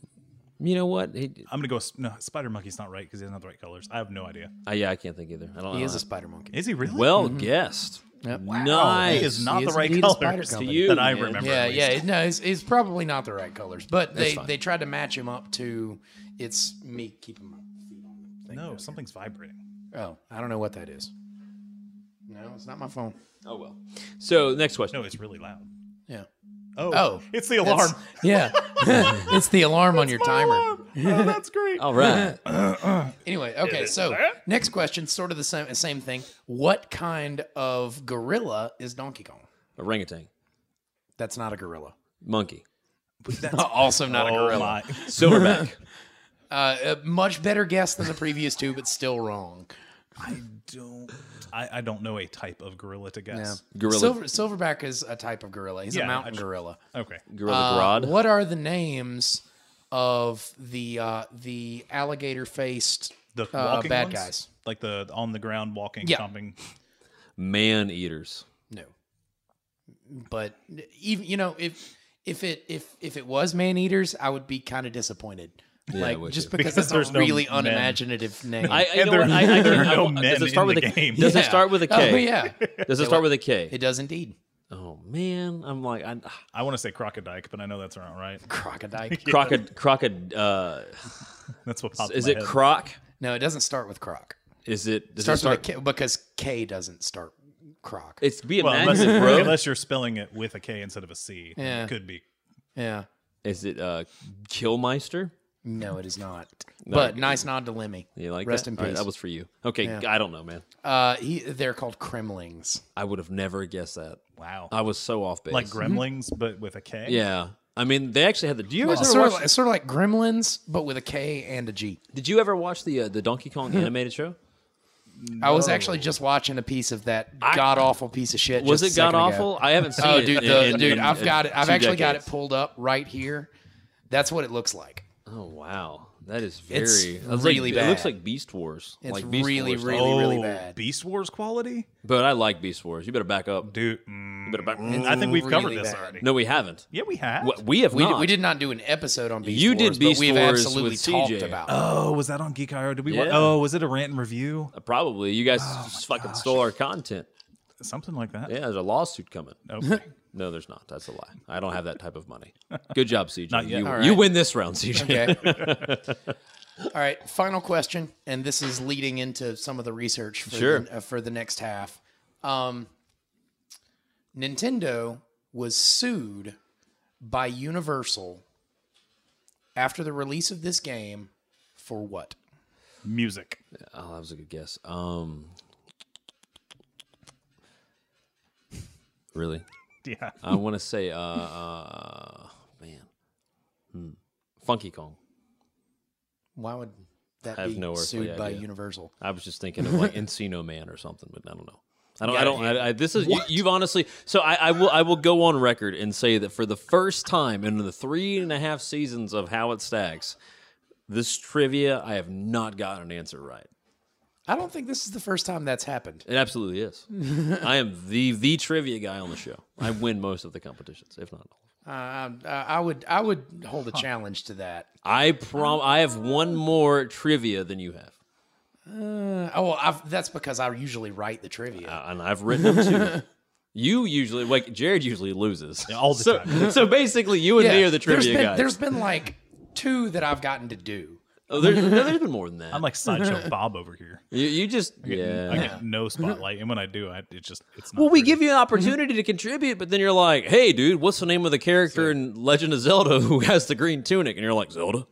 you know what? He,
I'm gonna go. s- No, spider monkey's not right because he doesn't have the right colors. I have no idea.
uh, yeah, I can't think either. I don't.
He
know.
is a spider monkey.
Is he really?
well guessed. Nice.
he is not
He
the
is
right
indeed a spider
colors to
company.
you that I
man.
remember.
Yeah,
at least.
yeah. it- No, it's, it's probably not the right colors, but they, they tried to match him up to. It's me keeping my feet on. the thing.
No, something's vibrating.
Oh, I don't know what that is. No, it's not my phone.
Oh well. So next question.
No, it's really loud.
Yeah.
Oh,
Oh,
it's the alarm.
Yeah, it's the alarm on your timer.
oh, that's great.
All right.
Anyway, okay. So next question, sort of the same same thing. What kind of gorilla is Donkey Kong?
Orangutan.
That's not a gorilla.
Monkey.
also not a
Oh
gorilla.
my.
Silverback.
Uh, a much better guess than the previous two, but still wrong.
I don't. I, I don't know a type of gorilla to guess.
Gorilla.
Silver, silverback is a type of gorilla. He's
Yeah,
a mountain
I-
gorilla.
Okay.
gorilla
Uh,
Grodd.
what are the names of the uh, the alligator faced
The
uh,
walking
bad
ones?
guys?
like the on the ground walking,
Yeah.
stomping.
Man eaters.
No. But even you know if if it if if it was man eaters, I would be kind of disappointed.
Yeah, I
like
would
just
too.
because,
Because
it's
there's
a
no
really
men.
unimaginative name.
I, I you know
there-
what? I, I
there are
can't- I-
no
I-
men
does it start
in
with
the
a,
game.
Does it
Yeah.
start with a K?
Oh yeah,
Does it start with a K?
it does indeed.
Oh man, I'm like I,
I want to say crocodile, but I know that's not right.
Crocodile.
crocod crocod. Uh,
That's what popped. in
is
my
it
head.
croc?
No, it doesn't start with croc.
Is it does
It starts
it start?
with a K because K doesn't start croc.
it's be
Well, unless,
imaginative, bro.
unless you're spelling it with a K instead of a C, then
Yeah.
it could be.
yeah.
Is it uh, Killmeister?
No, it is not. but nice nod to Lemmy.
You like
Rest
that?
in
All right,
peace.
that was for you. Okay, I don't know, man.
uh, he, they're called Kremlings.
I would have never guessed that.
Wow.
I was so off base.
like Gremlins, but with a K.
yeah. I mean, they actually had the. Do you
Well,
guys
it's
ever
sort, of
watch?
like, it's sort of like Gremlins, but with a K and a G.
Did you ever watch the uh, the Donkey Kong animated show?
I was actually just watching a piece of that god awful piece of shit.
Was
just
it
a
god
second ago.
awful? I haven't seen
Oh,
it.
dude,
in-
the,
in-
dude,
in-
I've
in
got it. I've
two
actually got it
decades.
pulled up right here. That's what it looks like.
Oh wow, that is very.
It's
that's
really
like, It
bad.
looks like Beast Wars.
It's
like Beast
really,
Wars.
really-
Oh,
bad.
Beast Wars quality,
But I like Beast Wars. You better back up.
dude. mm,
You better back.
I think we've covered
really
this
bad.
already.
No, we haven't.
Yeah, we have.
We- We have
We,
not.
we did not do an episode on Beast
You
Wars,
did Beast
but we've
Wars
absolutely
with
talked
CJ.
about. it.
Oh, was that on Geek IR? Did we? wa-
Yeah. Uh,
Oh, was it a rant and review?
Probably. You guys
Oh
just fucking stole our content.
Something like that. Oh,
Yeah, there's a lawsuit coming.
Okay.
No, there's not. That's a lie. I don't have that type of money. Good job, CJ.
Not yet.
You,
All
right.
you win this round, CJ.
Okay. All right, final question, and this is leading into some of the research for
Sure.
the, uh, for the next half. Um, Nintendo was sued by Universal after the release of this game for what?
Music.
Oh, that was a good guess. Um, really?
Yeah.
I want to say, uh, uh, man, hmm. Funky Kong.
Why would that
I have
be
no earthly
sued by
idea.
Universal?
I was just thinking of like Encino Man or something, but I don't know. I don't. I
Yeah,
don't. I, I, this is you, you've honestly. So I, I will. I will go on record and say that for the first time in the three and a half seasons of How It Stacks, this trivia I have not gotten an answer right.
I don't think this is the first time that's happened.
It absolutely is. I am the the trivia guy on the show. I win most of the competitions, if not all.
Uh, I- I would I would hold a challenge to that.
I prom. I have one more trivia than you have,
Uh, oh, well, I've, that's because I usually write the trivia.
Uh, and I've written them too. You usually like Jared usually loses
all the
so,
time.
So basically, you and me are the
there's
trivia
been-
guys.
There's been like two that I've gotten to do.
Oh, there's, no, there's been more than that.
I'm like sideshow Bob over here.
you, you just yeah.
I get no spotlight, and when I do, I it just it's not.
well, we
pretty.
give you an opportunity to contribute, but then you're like, "Hey, dude, what's the name of the character in Legend of Zelda who has the green tunic?" And you're like, "Zelda."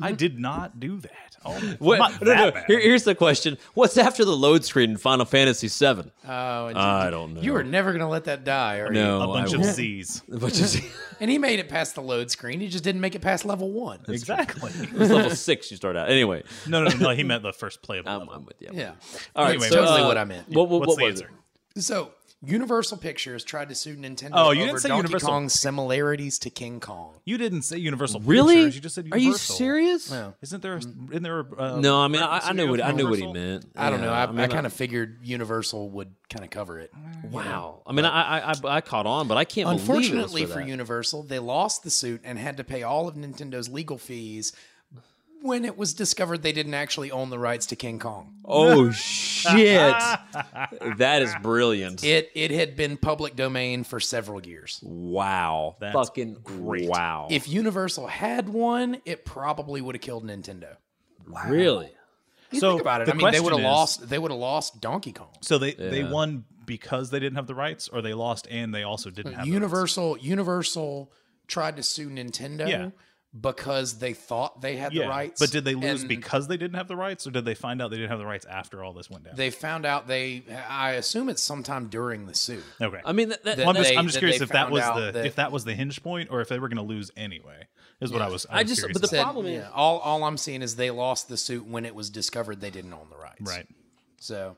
I did not do that. Oh,
What?
I'm not
no,
that
no.
bad.
Here, here's the question: What's after the load screen in Final Fantasy VII?
Oh, and
I don't know.
you were never gonna let that die, are you?
no,
a bunch
oh, I
of
won't.
Z's.
a bunch of Z.
And he made it past the load screen. He just didn't make it past level one.
Exactly.
It's level six. You start out anyway.
no, no, no, no. He meant the first playable
I'm,
level.
I'm with you.
Yeah,
All right,
Anyway,
so,
totally
uh,
what I meant.
What, what,
What's
Um, what
the
was
answer?
it?
So Universal Pictures tried to sue Nintendo
Oh,
over
you didn't say
Donkey
Universal.
Kong's similarities to King Kong.
You didn't say Universal
Really?
Pictures. You just said
Are
Universal.
you serious?
No. Mm-hmm.
Isn't there? A, isn't there? A, uh,
No, I mean, I,
reference
I knew what
studio
I
for
knew what he
Universal?
meant.
I don't know.
Yeah,
I, I,
mean,
kind of figured Universal would kind of cover it.
wow. I mean, I, I I- I caught on, but I can't. believe it was
Unfortunately
for
for
that.
Universal, they lost the suit and had to pay all of Nintendo's legal fees when it was discovered they didn't actually own the rights to King Kong.
Oh shit! that is brilliant.
It it had been public domain for several years.
wow.
That's
Fucking wow.
If Universal had one, it probably would have killed Nintendo.
Really?
You
So
think about it.
the
I mean, they
question
would have
is-
lost. They would have lost Donkey Kong.
So they they won because they didn't have the rights, or they lost and they also didn't have the rights?
Universal Universal tried to sue Nintendo
Yeah.
because they thought they had
Yeah,
the rights.
but did they lose
and
because they didn't have the rights, or did they find out they didn't have the rights after all this went down?
they found out they? I assume it's sometime during the suit.
okay,
I mean, that, that,
Well, I'm just,
they-
I'm just
that
curious
they
if that
found
was
out
the
that-
if that was the hinge point, or if they were going to lose anyway. Is what I was. I,
I
was
just-
curious
but
about.
the
Then,
Problem
yeah,
is-
all all I'm seeing is they lost the suit when it was discovered they didn't own the rights.
right.
So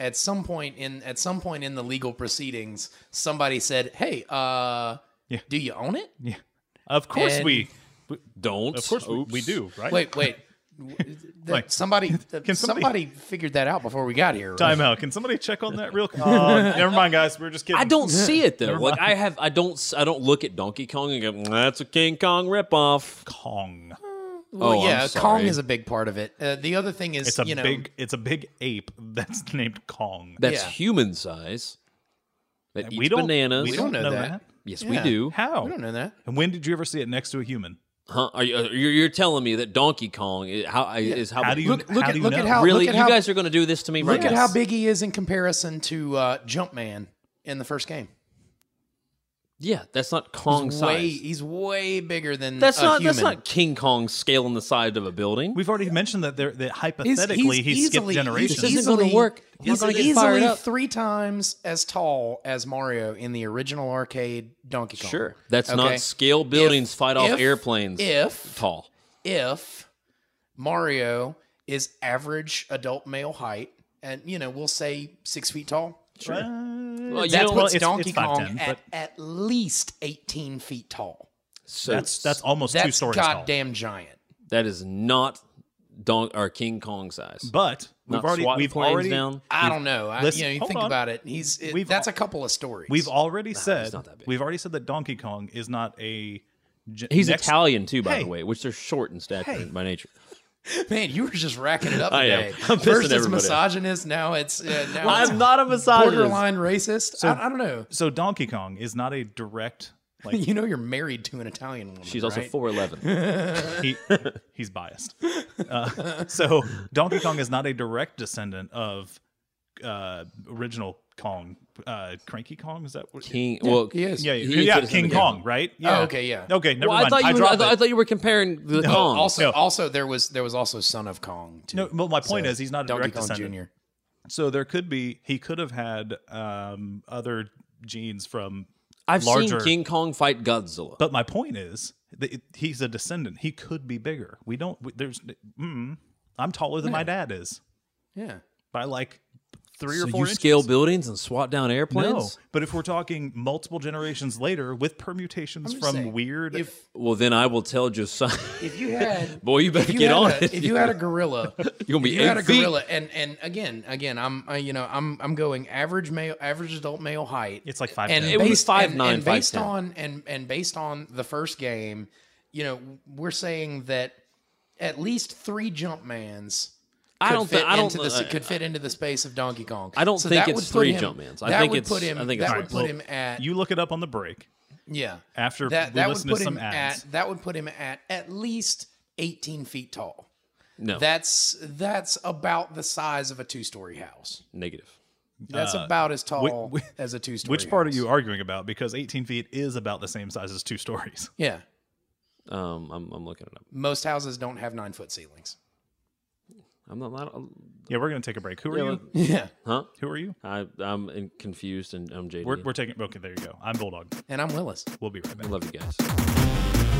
at some point in at some point in the legal proceedings, somebody said, "Hey, uh,
Yeah.
do you own it?"
Yeah, of course
And-
we,
don't.
of course we, we
Oops.
do. Right.
Wait, wait. W- that-
Wait.
somebody, somebody
Can somebody-
figured that out before we got here. right?
Time out. Can somebody check on that real quick? Oh, never mind, guys. We were just kidding.
I don't see it though. Like I have, I don't, s- I don't look at Donkey Kong and go, "Mm, "That's a King Kong ripoff."
Kong.
Well,
oh
yeah,
I'm
Kong
sorry.
is a big part of it. Uh, the other thing is,
It's a
you know,
big. It's a big ape that's named Kong.
that's
yeah.
human size. That
we
eats
don't.
bananas.
We don't know, that.
Yes,
Yeah.
we do.
How?
we don't know that.
And when did you ever see it next to a human?
Huh? Are you, are you- you're telling me that Donkey Kong is how, is how,
How do you
Look, look
how
at
do you
look
know?
at how
really?
look at
you
how,
guys are going to do this to me
look
right
at
now.
how big he is in comparison to uh, Jumpman in the first game.
Yeah, that's not Kong
He's
size.
way, he's way bigger than
that's
a
not
Human.
that's not King Kong scaling the side of a building.
We've already mentioned that there that hypothetically he's, skipped
easily-
generations.
he's
This isn't gonna
easily-
work. We're
He's
gonna get
easily
fired up.
three times as tall as Mario in the original arcade Donkey Kong.
Sure. That's
Okay.
not scale buildings
If-
fight off
if-
airplanes
If
tall.
if Mario is average adult male height, and you know we'll say six feet tall.
Sure.
Well, you
That's
know,
well,
what's
it's-
Donkey
it's
Kong
5'10",,
at
but-
at least eighteen feet tall.
so
that's that's almost two
That's
stories tall.
goddamn giant.
that is not Don or King Kong size.
But we've
not
already
SWAT
we've
planes
already
down.
I don't know. I,
listen,
you know, you
hold
think
on.
about it. He's it,
We've
that's
al-
a couple of stories.
we've already said
not that big.
we've already said that Donkey Kong is not a ge-
He's
next-
Italian too, by
Hey.
the way, which they're short in stature
Hey.
by nature.
man, you were just racking it up.
I am.
today.
I'm pissing
First it's
everybody off.
misogynist. Now it's uh, now it's
I'm not a misogynist.
borderline racist. I, I don't know.
So Donkey Kong is not a direct like
You know, you're married to an Italian woman.
She's also
right?
four eleven.
he, he's biased. Uh, so Donkey Kong is not a direct descendant of uh, original Kong, uh, Cranky Kong. Is that what?
King well
He is.
yeah,
he
yeah, yeah
could've
King
been-
Kong, right? Yeah.
Oh, okay, yeah.
Okay, never
Well, I
mind.
thought, you were, I,
dropped
thought, I
it.
thought you were comparing the Kong.
Also,
No.
also there was there was also Son of Kong too.
No, well, my point
So,
is he's not a
Donkey
direct
Kong
descendant.
Jr.
So there could be he could have had um, other genes from.
I've
larger-
seen King Kong fight Godzilla.
But my point is that it- he's a descendant. He could be bigger. We don't. We, there's. Mm, I'm taller than my dad is
Yeah.
by like three
so
or
you
four inches.
scale buildings and swat down airplanes.
No, but if we're talking multiple generations later with permutations
just
from
saying,
weird,
If
Well, then I will tell Josiah.
if you had
Boy, you better
if you
get
had
on
a,
it.
If you had a gorilla,
You're gonna be
if you had
eight
a
feet.
gorilla, and and again, again, I'm I, you know I'm I'm going average male, average adult male height.
It's like 5'10".
and
It
would be
based,
5'9",
and, and based
5'10".
on and and based on the first game, you know, we're saying that at least three jump mans.
I
could
don't thi-
fit
I don't- uh,
into the,
I-
could fit into the space of Donkey Kong.
I don't
so
think
that
it's
would put
three
him-
Jumpmans. I
that
think
would
it's-
put him.
I think it's
that
three.
would put him at
you look it up on the break.
yeah.
after we listen to
put
some
him
ads.
at that would put him at at least 18 feet tall.
no,
That's that's about the size of a two-story house.
negative.
That's about as tall
whi-
as a two-story.
Uh, Which part are
house.
you arguing about? Because 18 feet is about the same size as two stories.
Yeah,
Um, I'm, I'm looking it up.
most houses don't have nine-foot ceilings.
I'm not. not
Yeah, we're gonna take a break. Who are
Yeah,
you?
Yeah,
huh?
Who are you?
I, I'm in- confused and um, I'm jaded.
We're, we're taking. Okay, there you go. I'm Bulldog.
and I'm Willis.
We'll be right
I
back.
love you guys.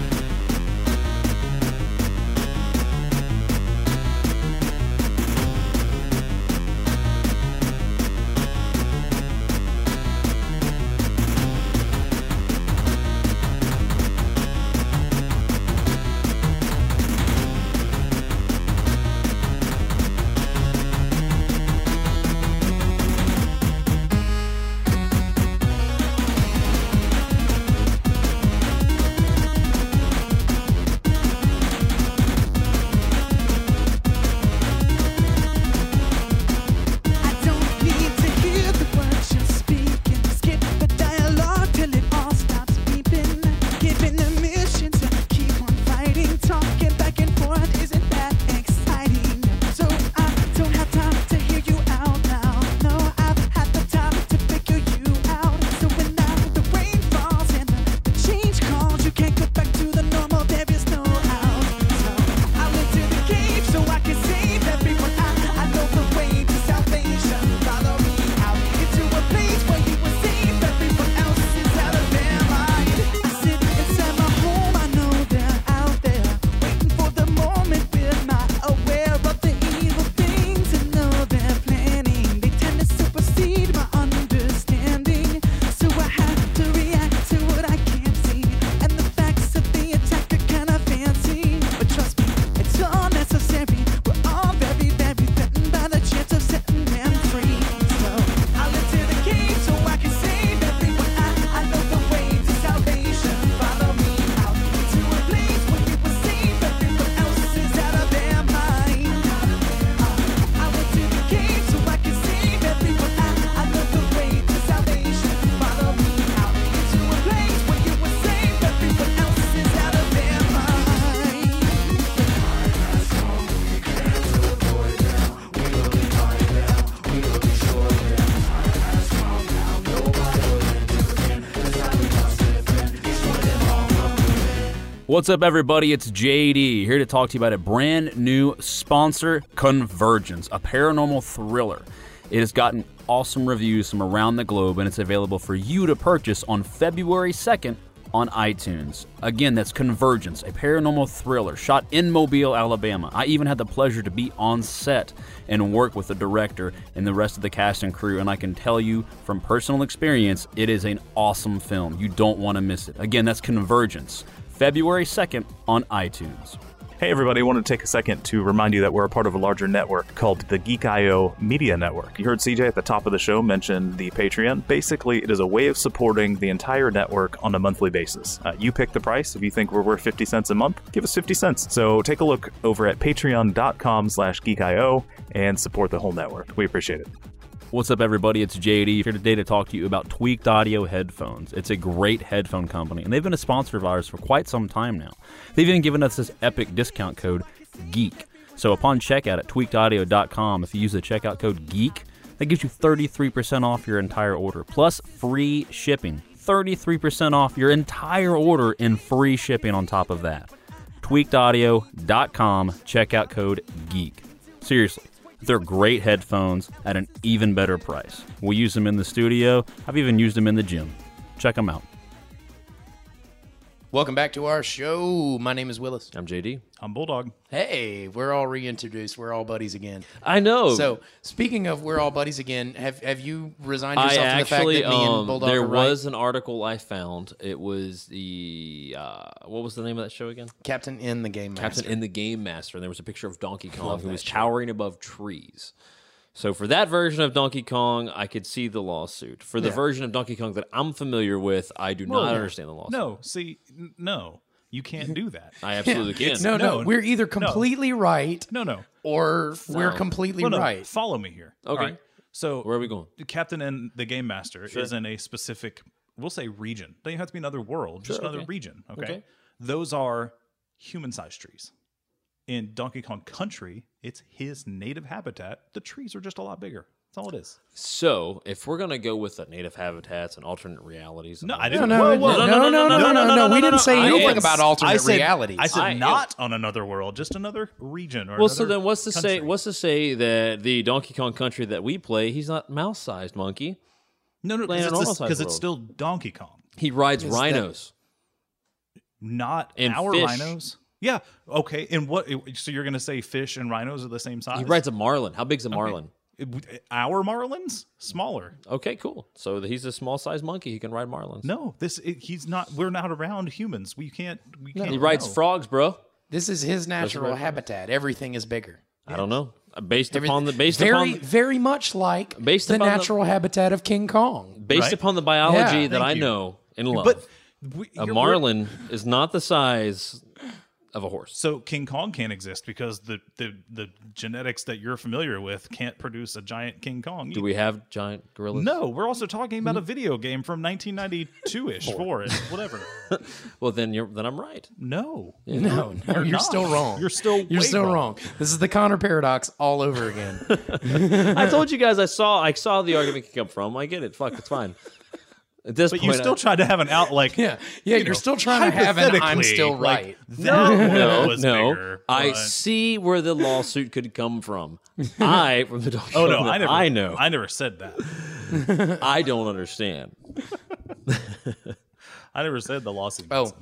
What's up, everybody? It's JD here to talk to you about a brand new sponsor, Convergence, a paranormal thriller. It has gotten awesome reviews from around the globe, and it's available for you to purchase on February 2nd on iTunes. Again, that's Convergence, a paranormal thriller shot in Mobile, Alabama. I even had the pleasure to be on set and work with the director and the rest of the cast and crew, and I can tell you from personal experience, it is an awesome film. You don't want to miss it. Again, that's Convergence, February 2nd on iTunes.
Hey, everybody, I want to take a second to remind you that we're a part of a larger network called the Geek.io Media Network. You heard CJ at the top of the show mention the Patreon. Basically, it is a way of supporting the entire network on a monthly basis. Uh, you pick the price. If you think we're worth 50 cents a month, give us 50 cents. So take a look over at patreon.com slash geek.io and support the whole network. We appreciate it.
What's up, everybody? It's JD here today to talk to you about Tweaked Audio headphones. It's a great headphone company, and they've been a sponsor of ours for quite some time now. They've even given us this epic discount code GEEK. So upon checkout at tweakedaudio.com, if you use the checkout code GEEK, that gives you 33% off your entire order, plus free shipping. 33% off your entire order and free shipping on top of that. Tweakedaudio.com, checkout code GEEK. Seriously. They're great headphones at an even better price. We use them in the studio. I've even used them in the gym. Check them out.
Welcome back to our show. My name is Willis.
I'm JD.
I'm Bulldog.
Hey, we're all reintroduced. We're all buddies again.
I know.
So, speaking of we're all buddies again, have have you resigned
I
yourself to
actually
the fact that me
um,
and Bulldog
there
are right?
was an article I found. It was the uh, what was the name of that show again?
Captain in the game master?
Captain in the Game Master, and there was a picture of Donkey Kong who was towering above trees. So for that version of Donkey Kong, I could see the lawsuit. For the version of Donkey Kong that I'm familiar with, I do not understand the lawsuit.
No, see, n- no, you can't do that.
I absolutely can.
no, no,
No,
we're either completely right
No, no.
or we're completely
Well, no,
right.
Follow me here.
Okay.
All right. So
Where are we going?
the captain and the game master is in a specific, we'll say region. Doesn't even have to be another world, just another region. Okay?
Okay.
Those are human sized trees. In Donkey Kong Country, it's his native habitat. The trees are just a lot bigger. That's all it is.
So if we're gonna go with the native habitats and alternate realities, and
No,
all
I
that-
didn't.
no,
whoa,
it-
whoa.
no, no, no, no, no, no, We didn't say
I
anything
am-
about alternate
I said,
realities.
I said
I am-
not on another world, just another region. Or
Well, so
another
then what's to say?
country.
What's to say that the Donkey Kong Country that we play, he's not mouse-sized monkey.
No, no,
Land
because
on
it's,
normal
this-
size
'cause it's
world.
still Donkey Kong,
He rides rhinos.
not
And
our
fish.
rhinos. Yeah. Okay. And what? So you're gonna say fish and rhinos are the same size?
He rides a marlin. How big's a marlin?
It- Our marlins smaller.
Okay, cool. So he's a small-sized monkey. He can ride marlins.
No, this it, he's not. We're not around humans. We can't. We can't.
he rides
know.
frogs, bro.
This is his natural
right.
habitat. Everything is bigger.
I don't know. Uh, Based
Everything-
upon the based
very,
upon
very much like
Based
the
upon the-
natural habitat of King Kong.
based
Right?
upon the biology
Yeah,
that
thank
I
you.
know and love.
But we,
a
you're-
marlin is not the size of a horse.
So King Kong can't exist because the, the the genetics that you're familiar with can't produce a giant King Kong. e-
Do we Hmm? have giant gorillas?
No, we're also talking about a video game from 1992ish, four ish, whatever.
Well, then you're then I'm right.
No,
No, no, you're,
not.
still wrong.
You're still
you're
way
still
wrong.
wrong. This is the Connor paradox all over again.
I told you guys I saw I saw the argument could come from. I get it. Fuck, it's fine. At this
But
point,
you still
I-
tried to have an out like
yeah, yeah. You are still trying to have an I'm
hypothetically,
still
like,
right.
that
no,
was
no.
bigger,
I
but-
see where the lawsuit could come from. I from the Donkey
Oh
Kong
no,
that
I never.
I know.
I never said that.
I don't understand.
I never said the lawsuit.
Oh.
Oh,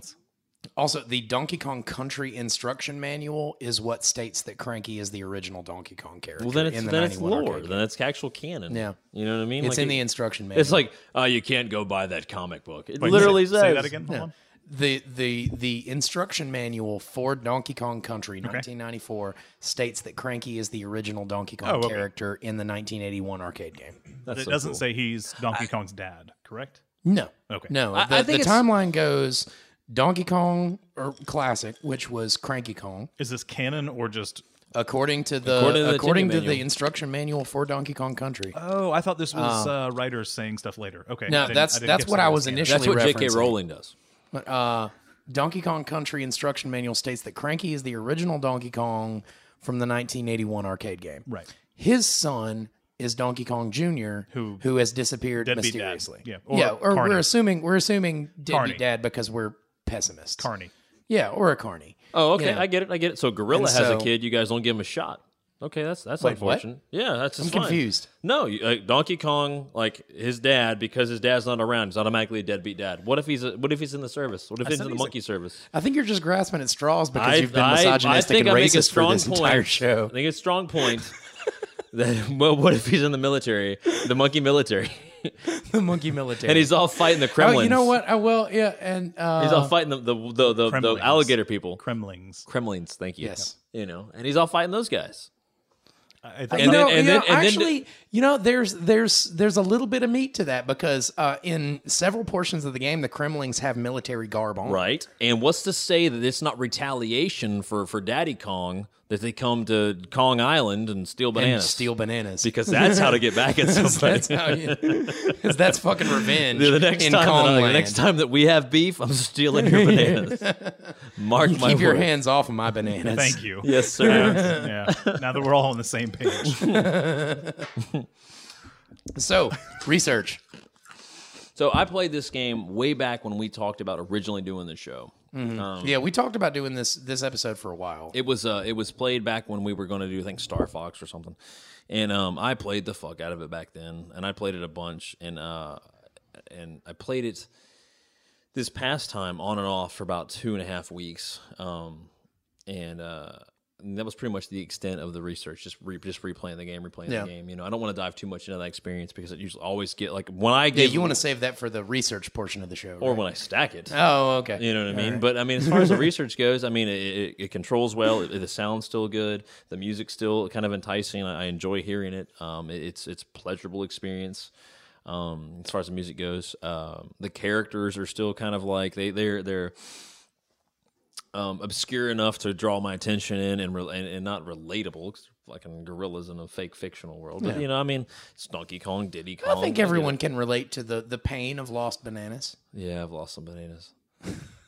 Also, the Donkey Kong Country instruction manual is what states that Cranky is the original Donkey Kong character.
Well, then it's
in the
then it's
91
lore.
arcade.
Then it's actual canon.
Yeah.
you know what I mean.
It's
Like,
in the
it-
instruction manual.
It's like uh, you can't go buy that comic book. It literally
say,
says
say that again. Hold on.
the the the instruction manual for Donkey Kong Country 1994 states that Cranky is the original Donkey Kong
Oh, okay.
character in the 1981 arcade game.
That's
it
so
doesn't
cool.
say he's Donkey Kong's dad, correct?
No.
Okay.
No.
I-
the
I
the
think it's-
timeline goes Donkey Kong or classic, which was Cranky Kong,
Is this canon or just?
according to the
According
according
to
to the,
the teaching manual.
instruction manual for Donkey Kong Country.
Oh, I thought this was uh, writers saying stuff later. Okay.
Um, No,
I didn't-
that's-
didn't
that's
catch
what
that
I
it
was
canon.
initially-
That's what J.K.
referencing.
Rowling does.
But uh, Donkey Kong Country instruction manual states that Cranky is the original Donkey Kong from the 1981 arcade game.
Right.
His son is Donkey Kong Jr., who who has disappeared
Deadbeat dad.
mysteriously.
Yeah, or
yeah. Or
Carney.
we're assuming we're assuming deadbeat
Carney.
dad because we're pessimists.
Carney.
Yeah, or a carny.
Oh, okay.
Yeah.
I get it. I get it. So Gorilla
And
has a
so-
kid. You guys don't give him a shot. Okay, that's that's
Wait, what?
unfortunate. Yeah, that's just
I'm
fine.
confused.
No, you- like Donkey Kong, like his dad, because his dad's not around, he's automatically a deadbeat dad. What if he's a, what if he's in the service? What if he's
said
in the
he's a-
monkey service?
I think you're just grasping at straws because
I-
you've been
I- I
misogynistic
think I
and
make
racist
a
for
strong
this
point.
entire
I
show.
think it's a strong point. that well, what if he's in the military, the monkey military,
the monkey military.
and he's all fighting the Kremlins?
oh, you know what? I will. Yeah, and uh,
He's all fighting the the the, the, the
Kremlins.
alligator people,
Kremlings.
Kremlins. Thank you.
Yes.
You know, and he's all fighting those guys.
I I think
you
that-
know,
then- and
you know,
then- and then-
actually, you know, there's there's there's a little bit of meat to that because uh, in several portions of the game, the Kremlings have military garb on.
Right. And what's to say that it's not retaliation for, for Daddy Kong that they come to Kong Island and steal
and
bananas?
steal bananas
because that's how to get back at somebody.
that's how you, 'cause that's fucking revenge.
the, the next
in
time that
Kong
I- the
land.
next time that we have beef, I'm stealing your bananas. Mark my
keep your
word.
hands off of my bananas.
Thank you.
Yes, sir.
yeah. Now that we're all on the same page.
So research.
so I played this game way back when we talked about originally doing the show.
Yeah, we talked about doing this this episode for a while.
Oh. It was uh, it was played back when we were going to do I think Star Fox or something, and um, I played the fuck out of it back then, and I played it a bunch, and uh, and I played it this past time on and off for about two and a half weeks, um, and. Uh, and that was pretty much the extent of the research. Just re- just replaying the game, replaying
Yeah.
the game. You know, I don't want to dive too much into that experience because it usually always get like when I
yeah,
get
you want to save that for the research portion of the show,
or
right?
when I stack it.
Oh, okay.
You know what I mean? But I mean, as far as the research goes, I mean, it, it, it controls well. It, the sound's still good. The music's still kind of enticing. I, I enjoy hearing it. Um, it- It's it's pleasurable experience. Um, as far as the music goes, um, the characters are still kind of like they they're they're um, obscure enough to draw my attention in and re- and, and not relatable. 'cause Fucking gorillas in a fake fictional world, but you know, I mean, it's Donkey Kong, Diddy Kong.
I think
get it.
everyone can relate to the the pain of lost bananas.
Yeah, I've lost some bananas.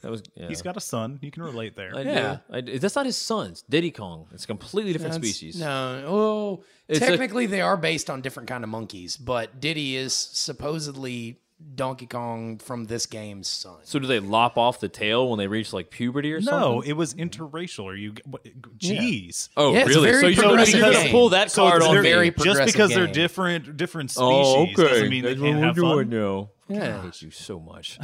That was. Yeah.
He's got a son. You can relate there.
I
Yeah.
do. I do. That's not his son's. Diddy Kong. It's a completely different
That's-
species.
No, oh,
It's a-
technically they are based on different kind of monkeys, but Diddy is supposedly Donkey Kong from this game's son.
So do they lop off the tail when they reach like puberty or something?
No, it was interracial. Are you? what- Geez.
Oh,
Yeah, it's
really?
very
so you're, gonna-
progressive
you're gonna
game.
pull that
So
card
it's
on
they're-
me.
very
just because
progressive
they're
game.
different different species
Oh, okay.
doesn't mean they
That's what
can't
we're
have fun.
doing now.
Yeah.
I hate you so much.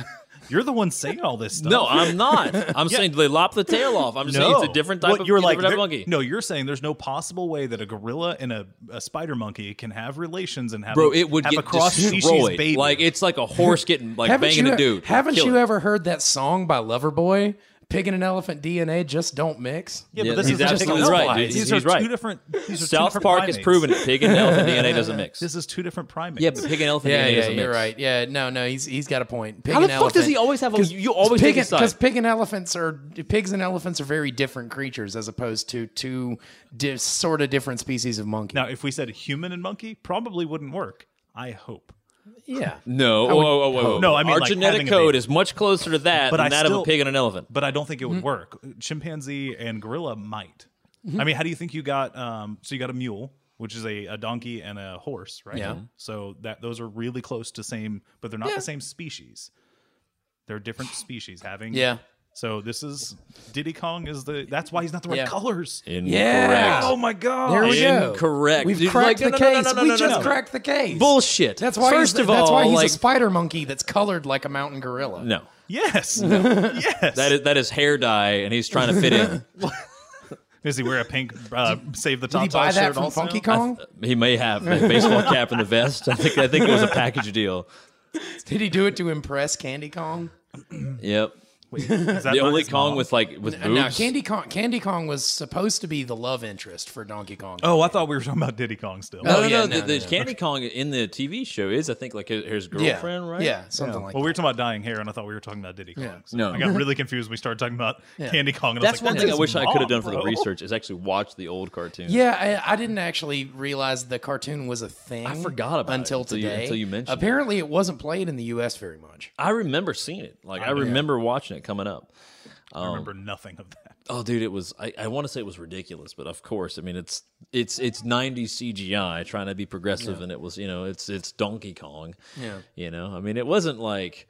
You're the one saying all this stuff.
no, I'm not. I'm saying do they lop the tail off? I'm just saying it's a different type
What
of
you're
different
like,
type of
there-
monkey.
No, you're saying there's no possible way that a gorilla and a, a spider monkey can have relations and have
Bro,
a,
it would
have
get
a cross
destroyed.
species baby. e-,
Like it's like a horse getting like banging
you, e-,
a dude.
Haven't
Kill
you
it.
ever heard that song by Loverboy? Pig and an elephant DNA just don't mix.
yeah,
Yeah,
but this
he's
is just
absolutely
an
right,
outlier.
dude.
These
He's
are
right.
two different. These are two
South
different
Park has
primates.
proven it. Pig and elephant DNA doesn't mix.
This is two different primates.
yeah, but pig and elephant
Yeah,
DNA
yeah,
doesn't
you're
mix.
right. Yeah, no, no, he's he's got a point. Pig
How
and
the fuck does
elephant.
he always have a? You always
pig
take a side.
because pig and elephants are pigs and elephants are very different creatures as opposed to two di- sort of different species of monkey.
Now, if we said human and monkey, probably wouldn't work. I hope.
Yeah,
No, whoa, whoa, whoa, whoa, whoa.
No, I mean,
our
like,
genetic
having a
code
baby.
is much closer to that
But
than
I
that of a
still-
pig and an elephant.
but I don't think it
Mm-hmm.
would work. Chimpanzee and gorilla might. I mean, how do you think you got? Um, so you got a mule, which is a, a donkey and a horse, right?
Yeah.
So that those are really close to same, but they're not the same species. They're different species having.
Yeah.
So this is Diddy Kong is the. That's why he's not the right
Yeah.
colors.
Yeah.
Oh my god!
there we go.
Incorrect.
We've
Dude,
cracked
like,
the
no, no, no,
case.
no, no,
we
no,
just
no.
cracked the case.
Bullshit.
That's why.
First
he's,
of
that's
all,
why he's
like,
a spider monkey that's colored like a mountain gorilla.
no,
Yes. yes.
that is that is hair dye, and he's trying to fit in.
Does he wear a pink uh, save the
Did he
top
buy that
shirt
from
also?
Funky Kong?
he may have the baseball cap and the vest. I think I think it was a package deal.
Did he do it to impress Candy Kong?
Yep.
Is that
The
not
only
his
Kong
mom?
with like with boobs.
No, Candy Kong. Candy Kong was supposed to be the love interest for Donkey Kong.
Oh, I thought we were talking about Diddy Kong still.
no,
Oh,
no,
yeah,
no,
no,
the, the
no, no.
Candy Kong in the TV show is, I think, like his, his
yeah,
girlfriend, right?
Yeah, something like
well,
that.
we were talking about dying hair, and I thought we were talking about Diddy Kong.
Yeah.
So
No.
I got really confused. when We started talking about Candy Kong. And I was
That's
like,
one
"That's
thing I
his
wish I could have
mom,
done for the
bro."
research is actually watch the old cartoon.
Yeah, I, I didn't actually realize the cartoon was a thing.
I forgot about it
until
until you-
today.
until you mentioned it.
Apparently, it wasn't played in the U.S. very much.
I remember seeing it. Like
Oh,
I remember watching it coming up.
I remember nothing of that.
Oh, dude, it was. I, I want to say it was ridiculous, but of course, I mean, it's it's it's 90 CGI trying to be progressive, and it was you know it's it's Donkey Kong.
Yeah.
You know, I mean, it wasn't like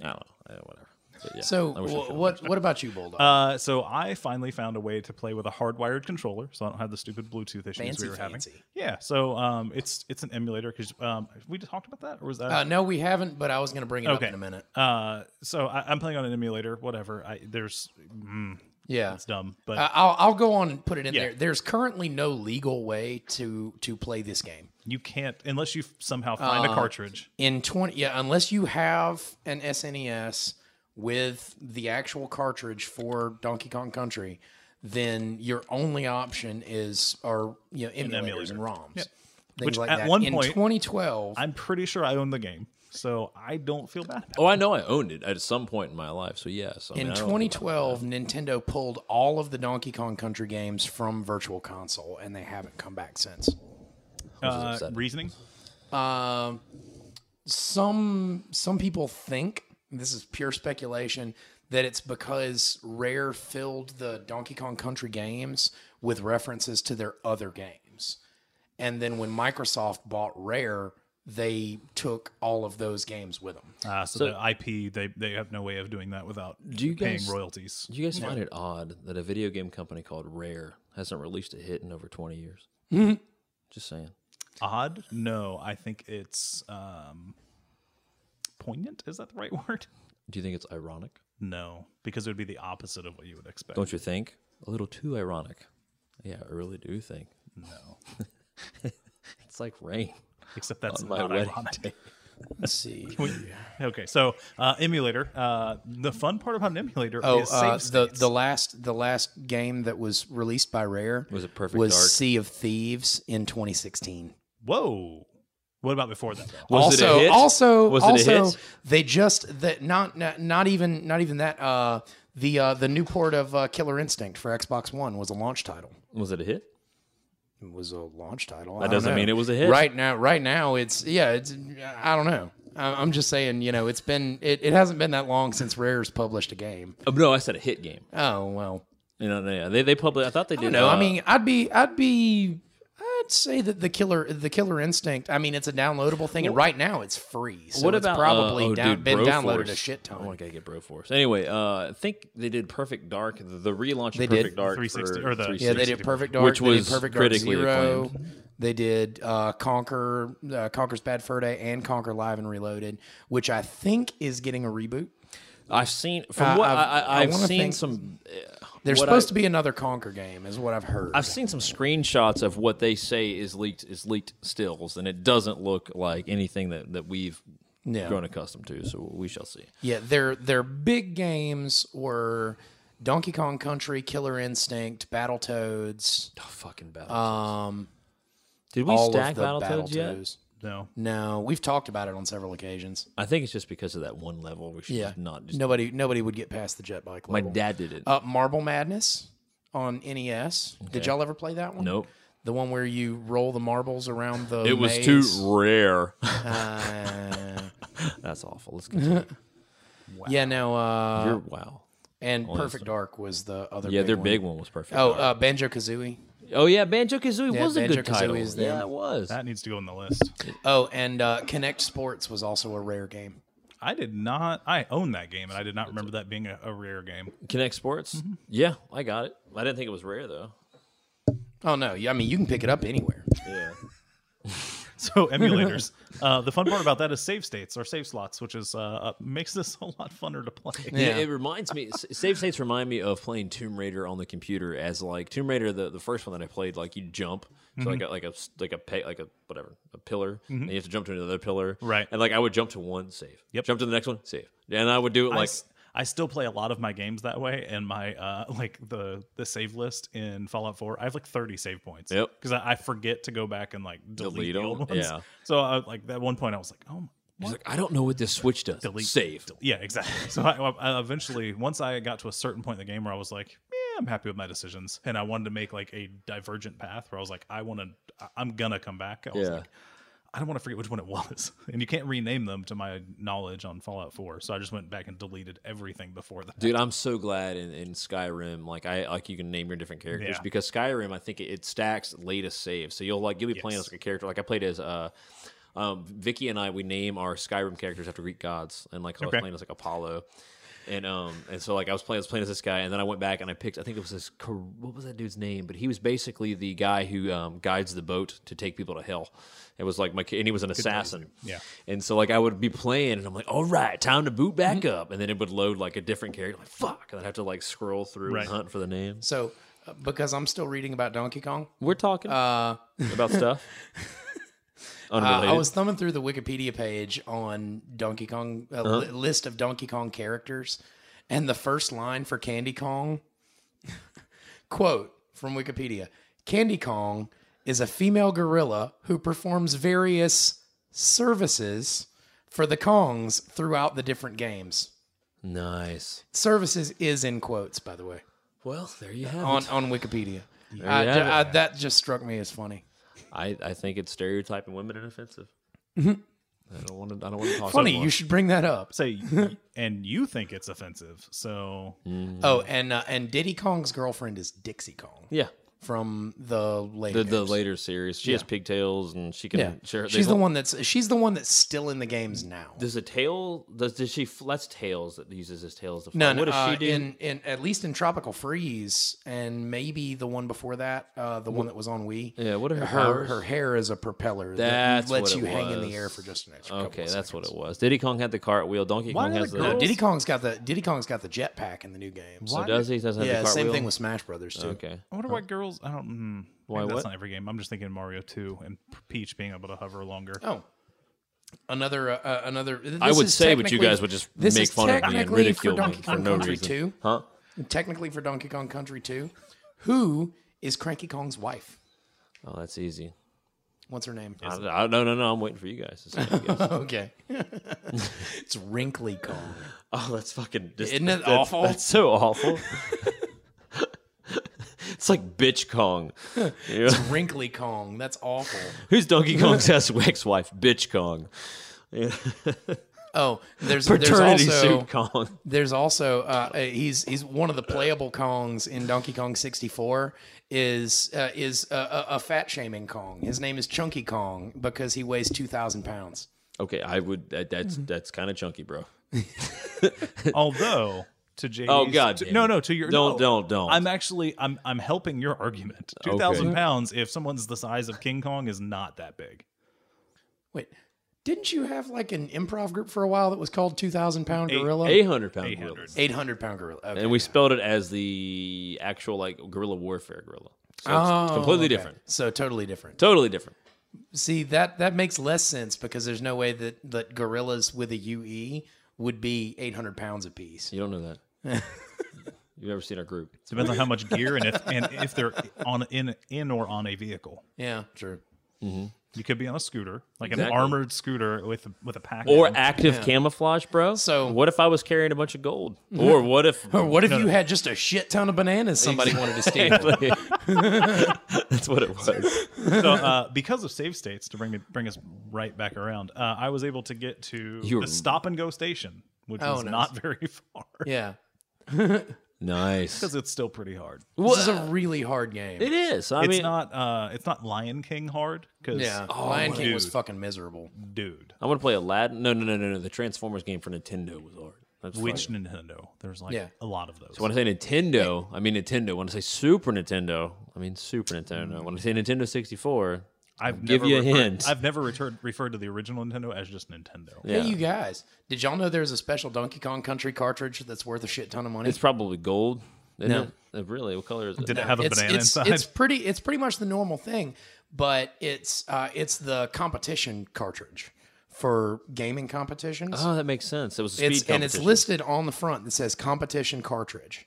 I don't know, eh, whatever. But yeah,
So
I wish I
wh-
should've
what what about you, Bulldog?
Uh, so I finally found a way to play with a hardwired controller, so I don't have the stupid Bluetooth issues
Fancy,
we were having.
fancy.
Yeah, so um, it's it's an emulator because um, we talked about that, or was that
Uh, no, we haven't, but I was going to bring it up in a minute.
Uh, so I, I'm playing on an emulator, whatever. I there's mm,
Yeah,
it's dumb, but
I- I'll I'll go on and put it in
Yeah.
there. There's currently no legal way to to play this game
you can't unless you somehow find
uh,
a cartridge.
in 20. Yeah, unless you have an SNES with the actual cartridge for Donkey Kong Country, then your only option is are you know emulators
emulator.
and ROMs.
Yep.
Things
Which
like
at
that.
one
in
point-
2012,
I'm pretty sure I own the game, so I don't feel bad. About
Oh, I know I owned it at some point in my life. So yes, I mean,
in
I don't-
2012, Nintendo pulled all of the Donkey Kong Country games from Virtual Console, and they haven't come back since.
it. Uh, reasoning.
Um, some some people think and this is pure speculation that it's because Rare filled the Donkey Kong Country games with references to their other games, and then when Microsoft bought Rare, they took all of those games with them.
Uh, so, the IP they they have no way of doing that without
Do you
paying
guys-
royalties.
Do you guys find it odd that a video game company called Rare hasn't released a hit in over 20 years?
Mm-hmm.
Just saying.
Odd? No, I think it's um, poignant. Is that the right word?
Do you think it's ironic?
No, because it would be the opposite of what you would expect.
Don't you think? A little too ironic. Yeah, I really do think. No. it's like rain
Except that's
on my
not
wedding
ironic.
day.
Let's see.
Okay, so uh, emulator. Uh, the fun part about an emulator
Oh,
is
uh,
save
the
states.
the last the last game that was released by Rare
Was it Perfect
was
Dark?
Sea of Thieves in 2016.
whoa. What about before that? though?
Was it a
also,
hit?
also,
Was it a
also,
hit?
they just that not, not not even not even that. Uh, the uh, the new port of uh, Killer Instinct for Xbox One was a launch title.
Was it a hit?
It was a launch title.
That
I don't
doesn't
know.
mean it was a hit.
Right now, right now, it's yeah. It's I don't know. I- I'm just saying, you know, it's been it, it hasn't been that long since Rare's published a game.
Oh, no, I said a hit game.
Oh well,
You know, yeah, they they published. I thought they did.
you know, I
uh,
mean, I'd be I'd be I'd say that the Killer the Killer Instinct. I mean, it's a downloadable thing, and right now it's free. So
what
it's
about
probably
uh, oh,
down,
dude,
been
Broforce.
downloaded a shit ton?
Oh, I gotta get Broforce. Anyway, uh, I think they did Perfect Dark, the, the relaunch
They
of
did.
Perfect Dark
360
for
or the-
Yeah, they
360
did
to
Perfect
Perfect.
Dark,
Which
they did
was
Perfect Dark
critically
Zero.
acclaimed.
They did uh, Conquer, uh, Conquer's Bad Fur Day, and Conquer Live and Reloaded, which I think is getting a reboot.
I've seen from
Uh,
what
I've-
I,
I
I, I've
wanna
seen
think-
some. uh,
There's
what
supposed
I,
to be another Conquer game, is what I've heard.
I've seen some screenshots of what they say is leaked is leaked stills, and it doesn't look like anything that that we've
Yeah.
grown accustomed to. So we shall see.
yeah, their their big games were Donkey Kong Country, Killer Instinct, Battletoads.
Oh, fucking battle. Um, did we
all of
stack
the
Battletoads yet?
No.
No, we've talked about it on several occasions.
I think it's just because of that one level. We should
Yeah,
just not just.
nobody nobody would get past the jet bike.
my
level.
dad did it.
Uh, Marble Madness on NES. Did y'all ever play that one?
nope.
The one where you roll the marbles around the.
It was
maze.
too rare.
Uh,
That's awful. Let's continue.
Yeah, no. Uh,
You're, wow.
and Perfect Dark was the other.
Yeah,
big
their
one.
big one was perfect.
Oh,
Oh,
uh, Banjo Kazooie.
oh yeah, Banjo Kazooie
yeah,
was a good
Banjo-Kazooie
title.
is them.
yeah, it was.
That needs to go on the list.
Oh, and uh, Connect Sports was also a rare game.
I did not. I own that game, and I did not remember that being a, a rare game.
Connect Sports. Yeah, I got it. I didn't think it was rare though.
Oh no, yeah, I mean you can pick it up anywhere.
Yeah.
So emulators. uh, the fun part about that is save states or save slots, which is uh, uh, makes this a lot funner to play.
Yeah. it reminds me. s- Save states remind me of playing Tomb Raider on the computer as like Tomb Raider, the, the first one that I played. Like you jump, so
Mm-hmm.
like a, like a s- like a pa- like a whatever a pillar, and you have to jump to another pillar,
Right.
And like I would jump to one, save.
Yep.
Jump to the next one, save. And I would do it
I
like
s- I still play a lot of my games that way, and my uh, like the the save list in Fallout Four, I have like thirty save points.
Yep.
because I, I forget to go back and like delete,
Delete
the
'em,
old ones.
yeah.
So I, like at one point, I was like, oh.
I was like I don't know what this switch does.
Delete.
Save.
Yeah, exactly. So I, I eventually, once I got to a certain point in the game where I was like, "Yeah, I'm happy with my decisions," and I wanted to make like a divergent path where I was like, "I want to, I'm gonna come back." I was
Yeah.
like, I don't want to forget which one it was, and you can't rename them to my knowledge on Fallout Four. So I just went back and deleted everything before that.
Dude, I'm so glad in, in Skyrim, like I like you can name your different characters
Yeah.
because Skyrim, I think it, it stacks latest saves. So you'll like you'll be playing as
Yes.
like a character. Like I played as uh, um, Vicky and I, we name our Skyrim characters after Greek gods, and like I was
Okay.
playing as like Apollo. And um and so like I was playing I was playing as this guy and then I went back and I picked I think it was this Car- what was that dude's name but he was basically the guy who um, guides the boat to take people to hell. It was like my ki- and he was an assassin.
yeah.
And so like I would be playing and I'm like all right time to boot back
Mm-hmm.
up and then it would load like a different character like fuck and I'd have to like scroll through
Right.
and hunt for the name.
So, uh, because I'm still reading about Donkey Kong,
We're talking about stuff.
Uh,
Unrelated.
I was thumbing through the Wikipedia page on Donkey Kong, a li- list of Donkey Kong characters, and the first line for Candy Kong quote from Wikipedia Candy Kong is a female gorilla who performs various services for the Kongs throughout the different games.
nice.
Services is in quotes, by the way,
Well, there you have
on,
it.
on Wikipedia.
There
I-
you have
I-
it.
that just struck me as funny.
I, I think it's stereotyping women and offensive. I don't want to. I don't want to
Mm-hmm.
talk.
Funny,
anymore.
you should bring that up.
Say, y- and you think it's offensive, so
Oh, and uh, and Diddy Kong's girlfriend is Dixie Kong
yeah.
from the late.
The, the later series, she has pigtails and she can.
yeah,
share,
she's the one that's she's the one that's still in the games now.
Does a tail? Does does she? fl- That's tails that uses his tails to fly.
No,
what does
uh,
she do?
In, in at least in Tropical Freeze, and maybe the one before that, uh, the one that was on Wii.
Yeah, what are her
her
powers?
her hair is a propeller
That's
that lets
what it
you hang in
was.
the air for just an extra.
okay, that's what it was. Diddy Kong had the cartwheel. Donkey
Why
Kong
are
has
the
the.
No,
girls-
Diddy Kong's got the Diddy Kong's got the jetpack in the new games.
so does he? Doesn't
yeah,
have the cartwheel.
same thing with Smash Brothers too.
Okay.
I wonder why girls. I don't. Mm,
Why
maybe that's
what?
not every game. I'm just thinking Mario Two and Peach being able to hover longer.
Oh, another uh, uh, another.
I
this
would
is
say, but you
technically-
guys would just
this
make
is
fun of me and
technically
ridicule
for
me
Donkey
for
Kong
no
Country
reason.
2,
Huh?
Technically for Donkey Kong Country Two, who is Cranky Kong's wife?
Oh, that's easy.
What's her name?
I, I, no, no, no. I'm waiting for you guys. To say, I guess.
okay, it's Wrinkly Kong.
oh, that's fucking. Just,
Isn't it
that's-
awful?
That's so awful. it's like bitch Kong. You know?
Wrinkly Kong. That's awful.
Who's Donkey Kong's ex-wife? Bitch Kong.
Oh, there's
Paternity
there's also,
suit Kong.
There's also uh, uh, he's he's one of the playable Kongs in Donkey Kong 64 is uh, is a, a, a fat shaming Kong. His name is Chunky Kong because he weighs two thousand pounds.
Okay, I would. That, that's
Mm-hmm.
that's kind of chunky, bro.
Although to JD's,
Oh, God
to-
damn
no,
it.
no, to your
Don't-
no,
don't- don't.
I'm actually, I'm, I'm helping your argument. Two thousand pounds. If someone's the size of King Kong, is not that big.
Wait, didn't you have like an improv group for a while that was called Two Thousand Pound Gorilla?
Eight hundred pound gorilla.
800.
Eight hundred pound gorilla. Okay.
And we spelled it as the actual like guerrilla warfare gorilla. So it's
Oh,
completely
okay.
different.
So totally different.
Totally different.
See that that makes less sense because there's no way that that gorillas with a UE would be eight hundred pounds apiece.
You don't know that. You've never seen our group.
Depends on how much gear and if and if they're on in in or on a vehicle.
Yeah, true.
You could be on a scooter, like an
Exactly.
armored scooter with a, with a pack.
Or
on it.
active camouflage, bro.
So-
what if I was carrying a bunch of gold? Or what if
Or Oh, what if you had just a shit ton of bananas somebody wanted to steal?
That's what it was.
so uh, because of save states to bring it, bring us right back around, uh, I was able to get to
You were-
the stop and go station, which
Oh,
was
nice.
not very far
Yeah,
Nice.
because it's still pretty hard.
this is a really hard game.
It is. I
it's
mean, Oh.
not uh, it's not Lion King hard because
Yeah, Lion King was
dude.
fucking miserable.
dude,
I want to play Aladdin. No, no, no, no, no. The Transformers game for Nintendo was hard. That's
which
Which
Nintendo? There's like
Yeah.
a lot of those.
when I say Nintendo, I mean Nintendo. When I say Super Nintendo, I mean Super Nintendo. When I say Nintendo 64,
I've
give
never
you a
referred,
hint.
I've never referred referred to the original Nintendo as just Nintendo.
yeah,
Hey, you guys, did y'all know there's a special Donkey Kong Country cartridge that's worth a shit ton of money?
it's probably gold. Isn't
No.
it? Uh, really? What color is it?
Did it have a
it's,
banana
it's,
inside?
It's pretty. It's pretty much the normal thing, but it's uh, it's the competition cartridge for gaming competitions.
oh, that makes sense. It was a speed
it's and it's
competition.
listed on the front that says competition cartridge.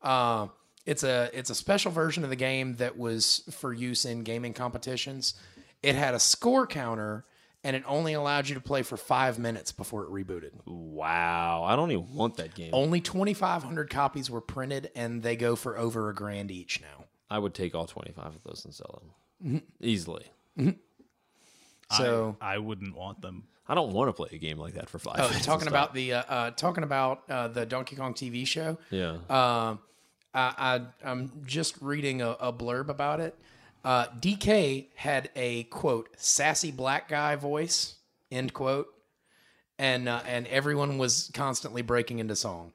Uh, it's a it's a special version of the game that was for use in gaming competitions. It had a score counter, and it only allowed you to play for five minutes before it rebooted.
Wow, I don't even want that game.
Only twenty five hundred copies were printed, and they go for over a grand each now.
I would take all 25 of those and sell them
Mm-hmm.
easily.
So
I wouldn't want them.
I don't want to play a game like that for five.
Oh,
minutes
talking
and
about the uh, uh, talking about uh, the Donkey Kong TV show.
Yeah.
Uh, I, I I'm just reading a, a blurb about it. Uh, DK had a quote sassy black guy voice end quote, and uh, and everyone was constantly breaking into song.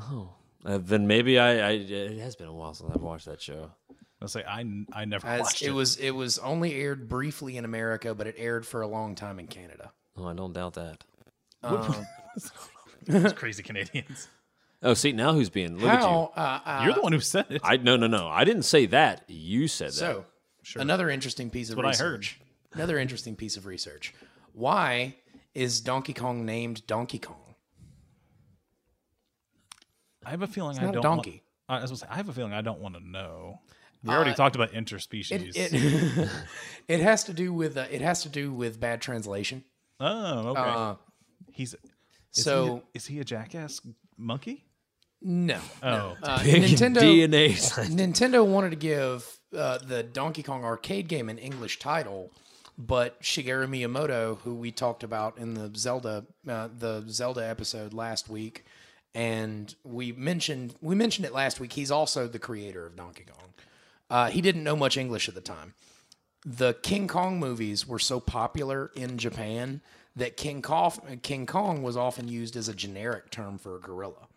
Uh, then maybe I, I. It has been a while since I've watched that show.
I'll say I n- I never
As
watched
it was it was only aired briefly in America, but it aired for a long time in Canada.
Oh, I don't doubt that.
Those crazy Canadians.
Oh, see now who's being look at you.
How uh, uh,
You're the one who said it.
I no no no. I didn't say that. You said that.
so another interesting piece of
what I heard.
research. Another interesting piece of research. Why is Donkey Kong named Donkey Kong?
I have a feeling
not
I
a
don't.
donkey. Uh,
Want, I was gonna say, I have a feeling I don't want to know. We already talked about interspecies.
It, it has to do with uh, it has to do with bad translation.
oh, okay.
Uh,
He's is he
so-
a, is he a jackass monkey?
No,
Oh,
uh, Nintendo
DNA.
Nintendo wanted to give uh, the Donkey Kong arcade game an English title, but Shigeru Miyamoto, who we talked about in the Zelda uh, the Zelda episode last week, and we mentioned we mentioned it last week. He's also the creator of Donkey Kong. Uh, he didn't know much English at the time. The King Kong movies were so popular in Japan that King Kong, King Kong was often used as a generic term for a gorilla.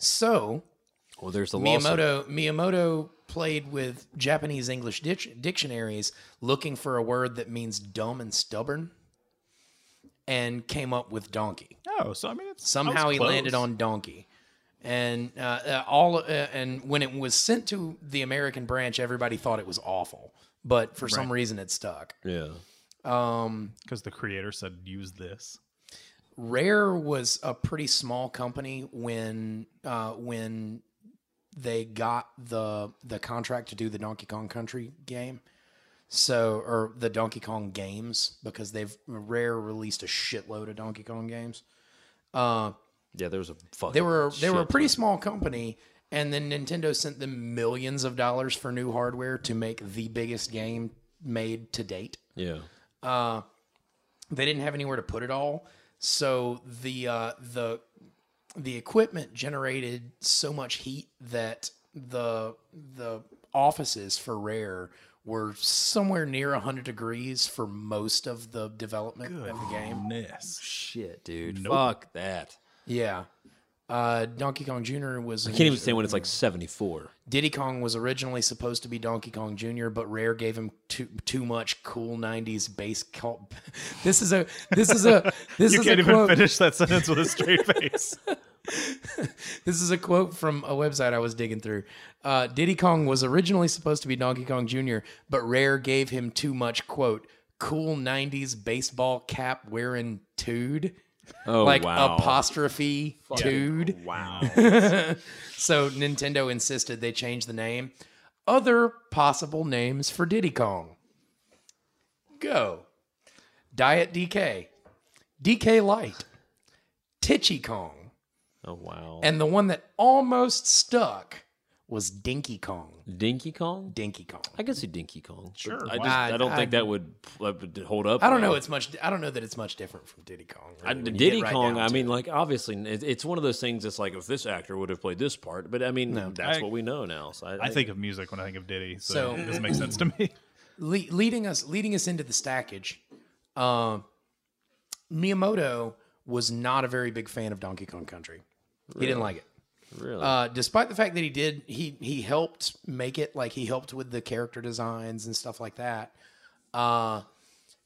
So
well, Oh, there's the lawsuit.
Miyamoto Miyamoto played with Japanese English dic- dictionaries looking for a word that means dumb and stubborn and came up with donkey.
oh, so I mean, it's, I was
Somehow he
close.
landed on donkey. And uh, uh, all uh, and when it was sent to the American branch everybody thought it was awful, but for some reason it stuck.
Yeah.
Um
because the creator said use this.
Rare was a pretty small company when uh, when they got the the contract to do the Donkey Kong Country game. So or the Donkey Kong games because they've Rare released a shitload of Donkey Kong games. Uh,
Yeah. There was a fucking.
they were they were a
shit.
pretty small company and then Nintendo sent them millions of dollars for new hardware to make the biggest game made to date
Yeah.
they didn't have anywhere to put it all so the uh, the the equipment generated so much heat that the the offices for rare were somewhere near 100 degrees for most of the development of the game
Yes.
Shit, dude. Fuck that.
yeah uh, donkey kong jr was
I can't even say when it's like 74.
diddy kong was originally supposed to be donkey kong jr but rare gave him too too much cool 90s bass cult this is a this is a this
You
is
can't
a
even
quote.
finish that sentence with a straight face.
This is a quote from a website I was digging through. Uh, Diddy Kong was originally supposed to be Donkey Kong Jr., but Rare gave him too much, quote, cool 90s baseball cap wearing dude.
Oh,
like
wow.
apostrophe dude.
Wow.
So Nintendo insisted they change the name. Other possible names for Diddy Kong Go, Diet DK, DK Light, Titchy Kong.
Oh, wow.
And the one that almost stuck was Dinky Kong.
Dinky Kong?
Dinky Kong.
I could see Dinky Kong. Sure. I,
why
just, I don't
not?
think that would, that would hold up.
I don't
now.
know. It's much. I don't know that it's much different from Diddy Kong.
I,
really, when you
Diddy
get right
Kong,
down
I
to
mean,
it.
like, obviously, it, it's one of those things that's like, if this actor would have played this part, but I mean, that's
I-
what we know now. So I,
I think of music when I think of Diddy, so,
So-
it doesn't make sense to me.
Le- leading us leading us into the stackage. Um, Miyamoto was not a very big fan of Donkey Kong Country. He didn't like it.
Really?
Uh, despite the fact that he did, he he helped make it. Like he helped with the character designs and stuff like that. Uh,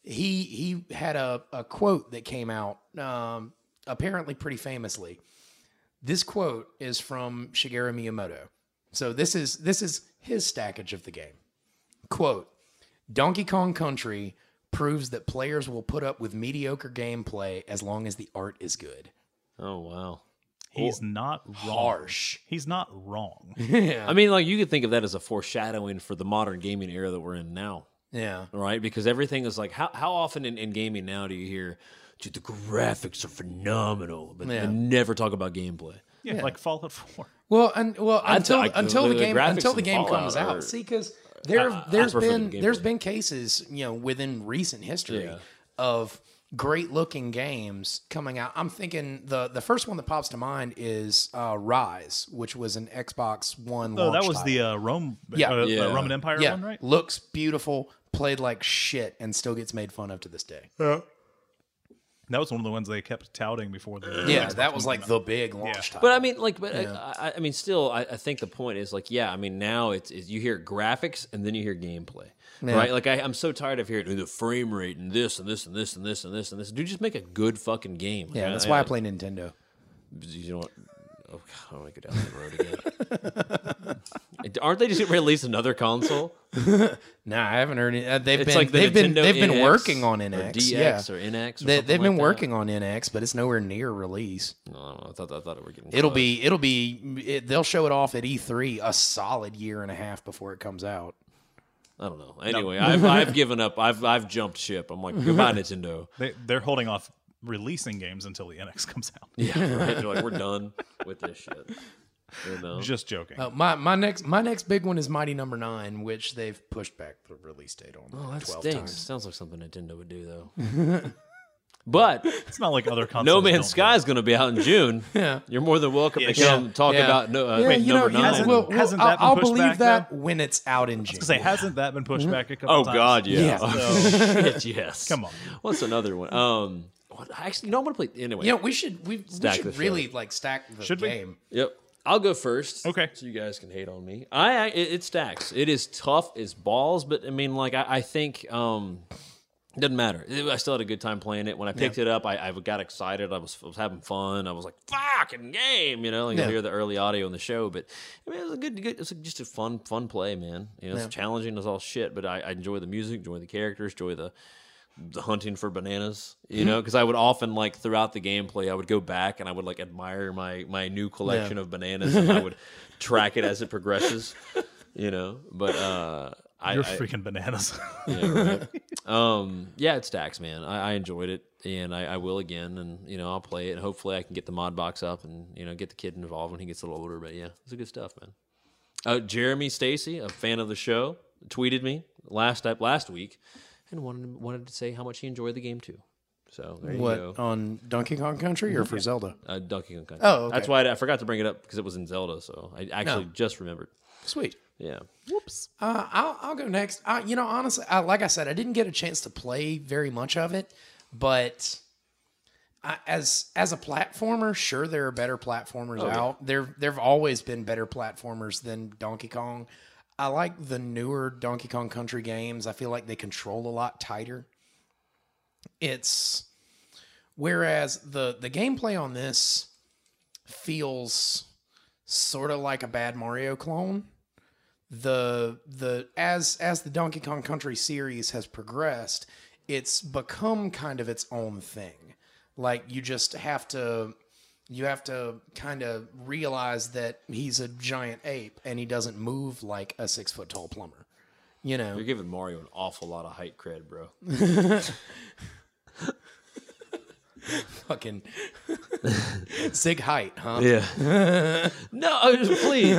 he he had a, a quote that came out um, apparently pretty famously. This quote is from Shigeru Miyamoto. So this is this is his stackage of the game. Quote: Donkey Kong Country proves that players will put up with mediocre gameplay as long as the art is good.
oh, wow.
He's not wrong.
Harsh.
He's not wrong.
I mean, like, you could think of that as a foreshadowing for the modern gaming era that we're in now.
Yeah.
right? Because everything is like how how often in, in gaming now do you hear "Dude, the graphics are phenomenal, but
Yeah.
they never talk about gameplay.
Yeah, like Fallout Four.
Well, and well
I
until
thought, like,
until
the-
the,
the
game
graphics
until the
in
game
Fallout
comes
are-
out. See, because there
I- I
there's
prefer the
been there's
gameplay.
been cases you know within recent history
Yeah.
of great looking games coming out. I'm thinking the the first one that pops to mind is uh, Rise, which was an Xbox One.
Oh, that
launch
was
title.
the uh, Rome,
Yeah.
uh, uh,
Yeah.
Roman Empire
yeah.
one, right?
Looks beautiful, played like shit, and still gets made fun of to this day.
That was one of the ones they kept touting before the
Yeah, that was like the big launch title.
But I mean, like, but uh, I, I, I mean, still, I, I think the point is like, yeah, I mean, now it's, it's you hear graphics and then you hear gameplay, right? Like, I, I'm so tired of hearing "Oh, the frame rate and this and this and this and this and this and this. Dude, just make a good fucking game.
yeah, that's why I play Nintendo.
You know what? Oh god, I don't want to go down that road again. Aren't they just getting ready to release another console?
Nah, I haven't heard it. Uh, they've
It's
been
like the
they've been
Nintendo
they've been
NX
working on
or
NX,
DX
yeah.
or NX or
they,
something
they've been
like that.
working on NX, but it's nowhere near release.
No, I, don't know. I thought I thought we were getting.
It'll
close.
be it'll be it, they'll show it off at E3 a solid year and a half before it comes out.
I don't know. Anyway, I've, I've given up. I've I've jumped ship. I'm like goodbye Nintendo.
they, they're holding off releasing games until the NX comes out.
Yeah, right. They're like we're done with this shit. You know?
Just joking.
Uh, my my next my next big one is Mighty Number Nine, which they've pushed back the release date on.
Oh,
like
that
12
stinks.
times.
Sounds like something Nintendo would do, though. but
it's not like other consoles.
No
don't
Man's
do
Sky is going to be out in June.
Yeah.
You're more than welcome to
Yeah.
come talk
Yeah.
about no, uh,
Yeah, you know,
number
yeah,
9
hasn't-
Well, well,
hasn't that
I'll,
been
I'll
pushed
believe
back,
that when it's out in June.
it. 'Cause they- hasn't that been
Mm-hmm.
pushed back a couple
Oh
times?
God, yeah.
Yeah.
Shit, yes.
Come on.
What's another one? Um, what, actually, no. I'm going to play anyway.
you know, we should we, we
Stack the
should
show.
really like stack the
Should we?
game.
Yep. I'll go first.
Okay.
So you guys can hate on me. I, I it, it stacks. It is tough as balls, but I mean, like I, I think um it doesn't matter. It- I still had a good time playing it. When I picked it up, I, I got excited. I was, I was having fun. I was like, "Fucking game!" You know, like you'll
Yeah.
hear the early audio in the show, but I mean, it was a good, good. It's just a fun, fun play, man. You know, it's challenging as all shit, but I, I enjoy the music, enjoy the characters, enjoy the the hunting for bananas, you know, because I would often like throughout the gameplay, I would go back and I would like admire my my new collection of bananas, and I would track it as it progresses, you know. But uh, I,
You're
I-
freaking bananas.
um, yeah, it stacks, man. I, I enjoyed it, and I, I will again, and you know, I'll play it, and hopefully, I can get the mod box up, and you know, get the kid involved when he gets a little older. But yeah, it's good stuff, man. Uh, Jeremy Stacy, a fan of the show, tweeted me last last week, and wanted wanted to say how much he enjoyed the game too. So there you go.
What on Donkey Kong Country or for Zelda?
Uh, Donkey Kong Country.
Oh, okay.
that's why I, I forgot to bring it up because it was in Zelda. So I actually just remembered.
Sweet.
Yeah,
Uh, I'll, I'll go next. Uh, you know, honestly, I, like I said, I didn't get a chance to play very much of it, but I, as as a platformer, sure there are better platformers out. There there've always been better platformers than Donkey Kong. I like the newer Donkey Kong Country games. I feel like they control a lot tighter. It's whereas the the gameplay on this feels sort of like a bad Mario clone the the as as the Donkey Kong Country series has progressed, it's become kind of its own thing. Like you just have to you have to kind of realize that he's a giant ape and he doesn't move like a six foot tall plumber. You know,
you're giving Mario an awful lot of height cred, bro.
fucking sig height, huh?
Yeah. no, I was- please.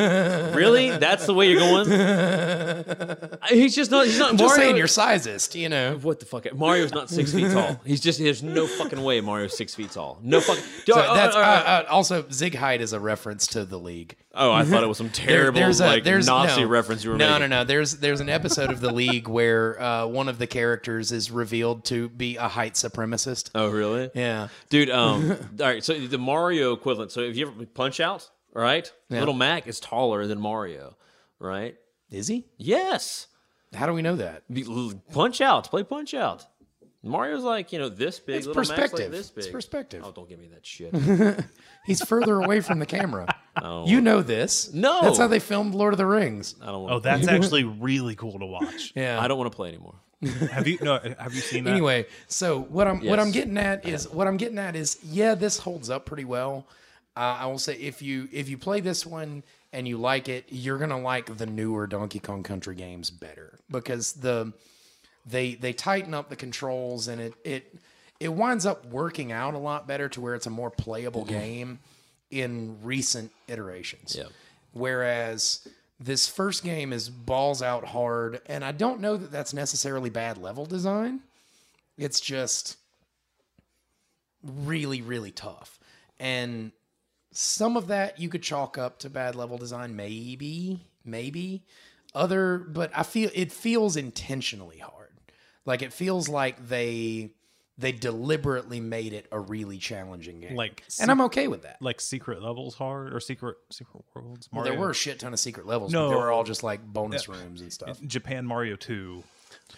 Really? That's the way you're going? I- He's just not. He's not.
Just
Mario.
saying your sizest, you know.
what the fuck? Mario's not six feet tall. He's just. There's no fucking way Mario's six feet tall. No fucking.
So
oh,
that's
oh,
uh,
oh,
uh, also zig height is a reference to the league.
oh, I thought it was some
There-
terrible
there's a,
like
there's,
Nazi
no.
reference you were
no,
making.
No, no, There's there's an episode of the league where uh, one of the characters is revealed to be a height supremacist.
Oh, really?
Yeah,
Dude, um, all right. So the Mario equivalent. So if you ever punch out, all right, little Mac is taller than Mario, right?
is he?
Yes.
How do we know that?
Be- l- Punch out. Play punch out. Mario's like you know this big.
It's
Little Mac's like
perspective.
this big.
It's perspective.
Oh, don't give me that shit.
He's further away from the camera. You know this.
Oh. No.
that's how they filmed Lord of the Rings.
I don't. Wanna,
oh, that's actually really cool to watch.
Yeah.
I don't want to play anymore.
Have you no? Have you seen that?
Anyway, so what I'm
Yes.
what I'm getting at is what I'm getting at is yeah, this holds up pretty well. Uh, I will say if you if you play this one and you like it, you're gonna like the newer Donkey Kong Country games better because the they they tighten up the controls and it it it winds up working out a lot better to where it's a more playable game in recent iterations.
Mm-hmm. Yeah.
Whereas this first game is balls out hard, and I don't know that that's necessarily bad level design. It's just really, really tough. And some of that you could chalk up to bad level design, maybe, maybe. Other, but I feel it feels intentionally hard. Like it feels like they they deliberately made it a really challenging game.
Like
and I'm okay with that.
like secret levels hard or secret secret worlds.
Well, there
Mario-
were a shit ton of secret levels, but
No.
they were all just like bonus rooms and stuff.
Japan Mario Two.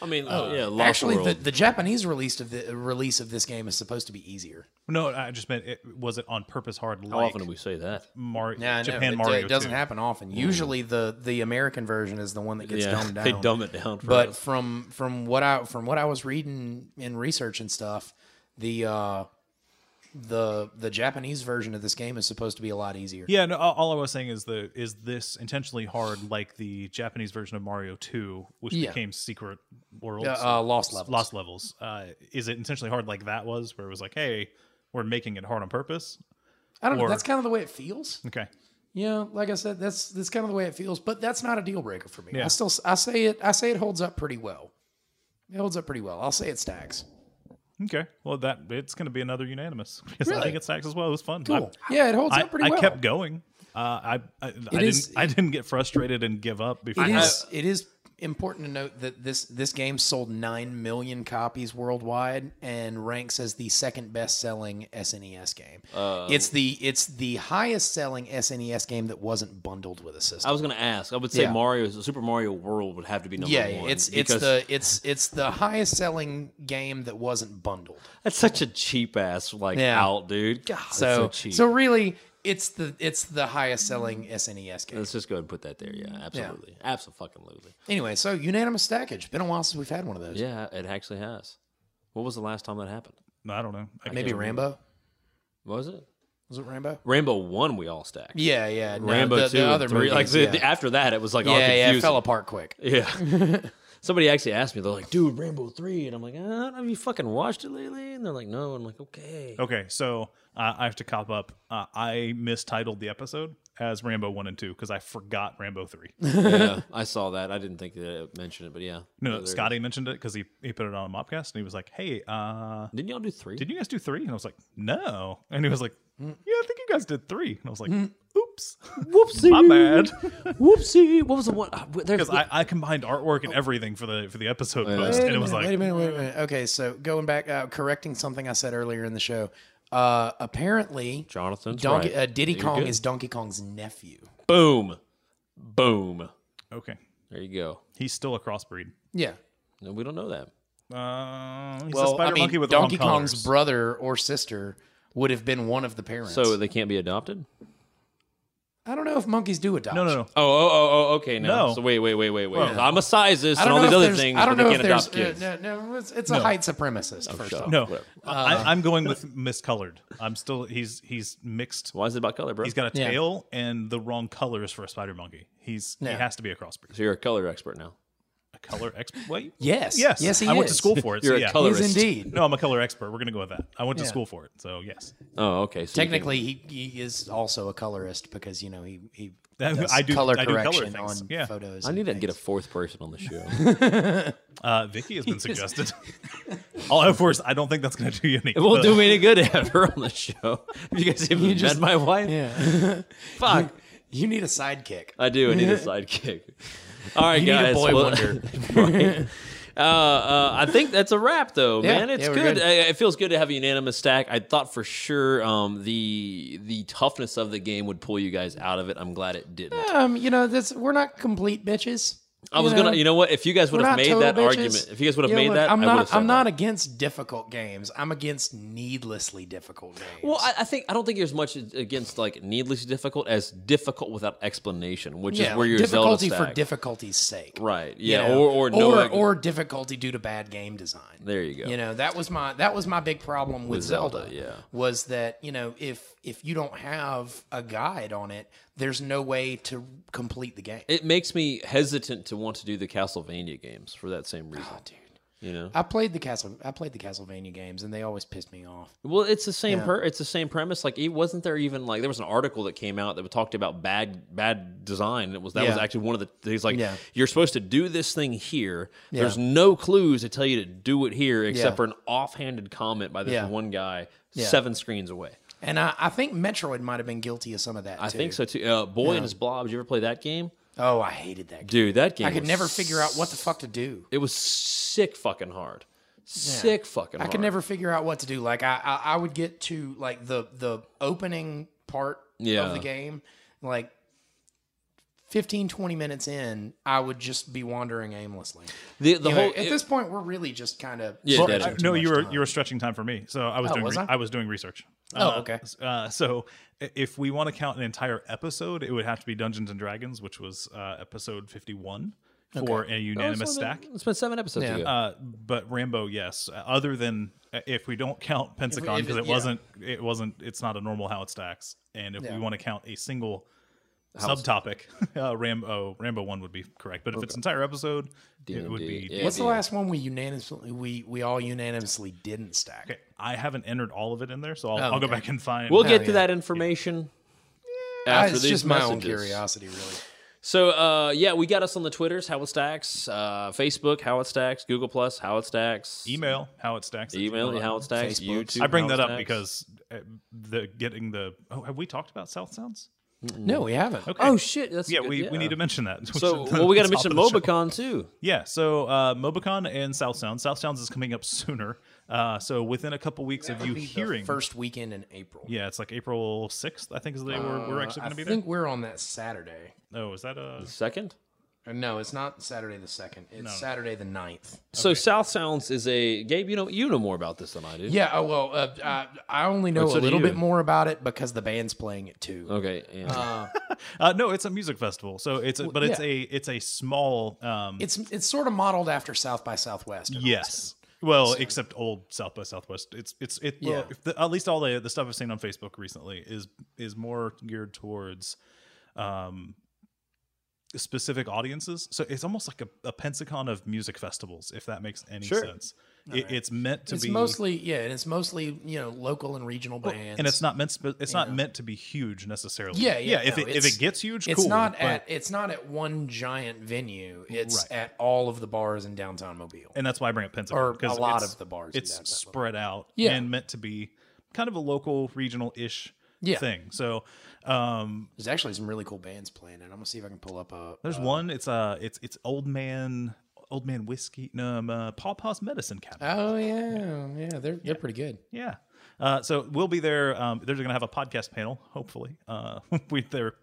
I mean, uh, yeah, Lost
Oh. Actually,
World.
the, the Japanese release of the release of this game is supposed to be easier.
No, I just meant it was it on purpose hard. Like
How often do we say that?
Mario
Yeah, I know.
Japan
It-
Mario
It, doesn't
2.
happen often. Usually, the the American version is the one that gets
Mm. yeah,
dumbed down.
they dumb it down. For
but
us.
from from what I from what I was reading in research and stuff, the uh, the the Japanese version of this game is supposed to be a lot easier.
Yeah, no. All all I was saying is the is this intentionally hard, like the Japanese version of Mario Two, which
Yeah.
became Secret Worlds,
Yeah, uh, Lost Levels.
Lost levels. Uh, is it intentionally hard like that was, where it was like, hey, we're making it hard on purpose?
I don't know.
Or-
That's kind of the way it feels.
Okay,
Yeah, like I said, that's that's kind of the way it feels, but that's not a deal breaker for me.
Yeah.
I still I say it I say it holds up pretty well. It holds up pretty well. I'll say it stacks.
okay. Well, that it's going to be another unanimous. 'Cause I
Really?
think it stacks as well. It was fun.
Cool. yeah, it holds
I, I,
up pretty
I
well.
kept going. Uh, I I, I
is-
didn't I didn't get frustrated and give up before.
It
I-
is it is important to note that this this game sold 9 million copies worldwide and ranks as the second best selling SNES E game.
Uh.
it's the it's the highest selling SNES E game that wasn't bundled with a
I
system.
was going to ask. I would say
Yeah.
Mario, Super Mario World would have to be Oh, number
yeah,
one.
it's it's
because
the it's it's the highest selling game that wasn't bundled.
that's such a cheap ass like
Yeah.
out, dude. God, Ah, that's so,
So
cheap.
so really it's the it's the highest selling SNES E game.
Let's just go ahead and put that there. Yeah, absolutely, absolutely.
Anyway, so unanimous stackage. Been a while since we've had one of those.
Yeah, it actually has. What was the last time that happened?
I don't know. I
Maybe Rambo?
What was it?
Was it Rambo?
Rambo one we all stacked.
Yeah, yeah. no,
Rambo
the,
two,
the
and
other
three. like
movies,
the,
yeah.
the- after that, it was like all
yeah, yeah, it
confused.
fell apart quick.
Yeah. Somebody actually asked me, they're like, dude, Rainbow 3. And I'm like, uh, have you fucking watched it lately? And they're like, no. And I'm like, okay.
Okay, so uh, I have to cop up. Uh, I mistitled the episode as Rambo One and Two because I forgot Rambo Three.
yeah, I saw that. I didn't think that it mentioned it, but yeah.
No,
There-
Scotty mentioned it because he, he put it on a mopcast and he was like, "Hey, uh,
Didn't y'all do three?
did you guys do three? And I was like, "No," and he was like, "Yeah,
Mm.
I think you guys did three. And I was like, "Oops,
Whoopsie.
my bad,"
Whoopsie. What was the one? uh, There's,
because I, I combined artwork and everything for the for the episode post,
Wait
and
a
it was
minute,
like,
wait a minute, wait a minute. Okay, so going back, uh, correcting something I said earlier in the show. Uh, apparently,
Jonathan's
Donkey,
right.
uh, Diddy
You're
Kong
good.
is Donkey Kong's nephew.
Boom. Boom.
"Okay,
There you go.
he's still a crossbreed."
Yeah.
No, we don't know that.
Uh, he's a
Well,
spider
I mean,
monkey with
Donkey
long
Kong's
collars.
brother or sister would have been one of the parents.
So they can't be adopted?
I don't know if monkeys do adopt.
no, no, no.
Oh, oh, oh, oh okay. No.
No.
So wait, wait, wait, wait, wait. I'm a sizes
I
and
don't
all
know
these
if
other
there's-
things,
I don't
but
know
they
if
can't
there's-
adopt kids. Oh,
uh, no, no, it's, it's a height supremacist. first off,
No,
Uh.
I, I'm going with miscolored. I'm still he's he's mixed.
Why is it about color, bro?
He's got a
Yeah.
tail and the wrong colors for a spider monkey. He's he
Yeah.
has to be a crossbreed.
so you're a color expert now.
A color expert? Wait,
Yes.
yes,
Yes, he
I went to
is.
school for it.
You're
so
a
yeah.
color-
He's
colorist.
indeed.
No, I'm a color expert. We're gonna go with that. I went to
Yeah.
school for it, so yes.
Oh, okay. So you can-
Technically, he, he is also a colorist because you know he he
That-
does
I do-
color
I do color
correction
things,
on
yeah.
photos.
I
and
need to
things.
get a fourth person on the show.
Uh, Vicky has been suggested. All of course, I don't think that's gonna do you any.
it won't
good.
do me any good to have her on the show. If you guys even met my wife,
Yeah,
fuck.
you need a sidekick.
I do. I need a sidekick. All right,
need a
guys.
boy
well-
wonder.
right. Uh, uh, I think that's a wrap, though,
Yeah,
man. It's
yeah, we're
good.
good.
I- it feels good to have a unanimous stack. I thought for sure um, the the toughness of the game would pull you guys out of it. I'm glad it didn't.
Um, you know, that's we're not complete bitches.
I was gonna. You know what? If you guys would have made that argument, if you guys would have made that,
I'm
I would have
not.
said
I'm
that.
not against difficult games. I'm against needlessly difficult games.
Well, I, I think I don't think you're as much against like needlessly difficult as difficult without explanation, which
yeah,
is where your
difficulty
Zelda
for
stack.
difficulty's sake.
Right.
you
Yeah.
know,
or or no.
or,
ex-
or difficulty due to bad game design.
There you go.
You know that was my that was my big problem with, Zelda,
Zelda, yeah.
was that you know if if you don't have a guide on it, there's no way to complete the game.
it makes me hesitant to want to do the Castlevania games for that same reason.
Ah, dude.
You know.
I played the castle. I played the Castlevania games, and they always pissed me off.
Well, it's the same. Per- it's the same premise. Like, it wasn't there even like there was an article that came out that talked about bad bad design. and It was that was
Yeah.
actually one of the things. Like,
Yeah.
you're supposed to do this thing here. There's no clues to tell you to do it here, except
Yeah.
for an offhanded comment by this
Yeah.
one guy seven screens away.
And I, I think Metroid might have been guilty of some of that.
I think so too. Uh, Boy and His Blob. Did you ever play that game,
Oh, I hated that. game.
dude? That game.
I could
was
never figure out what the fuck to do.
It was sick fucking hard. Sick fucking.
I could
hard.
never figure out what to do. Like I, I, I would get to like the the opening part
Yeah.
of the game, like 15, 20 minutes in, I would just be wandering aimlessly.
The, the
Anyway,
whole
at this point, we're really just kind of
Yeah,
Well,
dead
I-
end.
no, you were you were stretching time for me, so I was
Oh,
doing
was
re-
I?
I? was doing research.
Oh,
Uh,
okay.
Uh, so i- if we want to count an entire episode, it would have to be Dungeons and Dragons, which was uh, episode fifty-one for a unanimous stack.
It's been seven episodes
Yeah.
ago.
Uh, but Rambo, yes. Uh, Other than uh, if we don't count Pensacon
if
because
it-
it
yeah.
wasn't, it wasn't, it's not a normal how it stacks. And if
Yeah.
we want to count a single subtopic, uh, Rambo, Rambo one would be correct. But if it's entire episode, it would
D&D.
be.
Yeah.
What's the last one we unanimously we we all unanimously didn't stack?
Okay, I haven't entered all of it in there, so I'll, I'll go back and find.
we'll get to
yeah.
that information
I-
after
it's
these
just my own
messages.
curiosity, really.
So uh, yeah, we got us on the Twitters, How It Stacks, uh, Facebook, How It Stacks, Google Plus, How It Stacks,
email how it stacks. at
email,
gmail.com.
How It Stacks,
Facebook.
YouTube.
I bring
How It
that up
Stacks.
because uh, the getting the. Oh, have we talked about South Sounds?
No, we haven't.
Okay.
oh shit, that's
Yeah,
good,
we, we need to mention that.
So well, we got to mention
Mobicon.
Mobicon too.
Yeah, so uh, Mobicon and South Sound. South Sounds is coming up sooner. Uh, so within a couple weeks of you
Be the
hearing,
first weekend in April.
yeah, it's like April sixth, I think is the day we're, we're actually
Uh, I
going to be
think we're on that Saturday.
there. Oh, is that a?
Second.
Uh, No, it's not Saturday the second. It's Saturday the 9th.
So South Sounds is a Gabe. You know you know more about this than I do.
Yeah. Oh well, uh, I, I only know
so
a
do
little
you.
bit more about it because the band's playing it too.
Okay. Yeah.
Uh, no, it's a music festival. So it's a, but it's
yeah.
a it's a small um,
It's it's sort of modeled after South by Southwest. in
yes. Well, except old South by Southwest. It's it's it. Well,
Yeah.
if the, at least all the the stuff I've seen on Facebook recently is is more geared towards. Um, specific audiences so it's almost like a, a pensacon of music festivals if that makes any sense it, it's meant to
It's
be
mostly yeah, and it's mostly you know local and regional bands.
and it's not meant spe- it's not meant to be huge necessarily.
Yeah, yeah,
if
no,
it if
it's-
it gets huge,
It's
cool,
not
but-
at it's not at one giant venue. It's
Right.
at all of the bars in downtown Mobile.
and that's why I bring up Pensacola
Or a
because
lot
it's-
of the bars in
It's
downtown.
spread out
Yeah.
and meant to be kind of a local regional ish
Yeah.
thing. So um,
There's actually some really cool bands playing it. I'm gonna see if I can pull up a.
there's one. It's uh it's it's old man old man whiskey no um, uh, Paw Paw's medicine cabinet.
Oh yeah, yeah, they're they're pretty good.
Yeah. Uh, so we'll be there. Um, they're going to have a podcast panel, hopefully. Uh, we, they're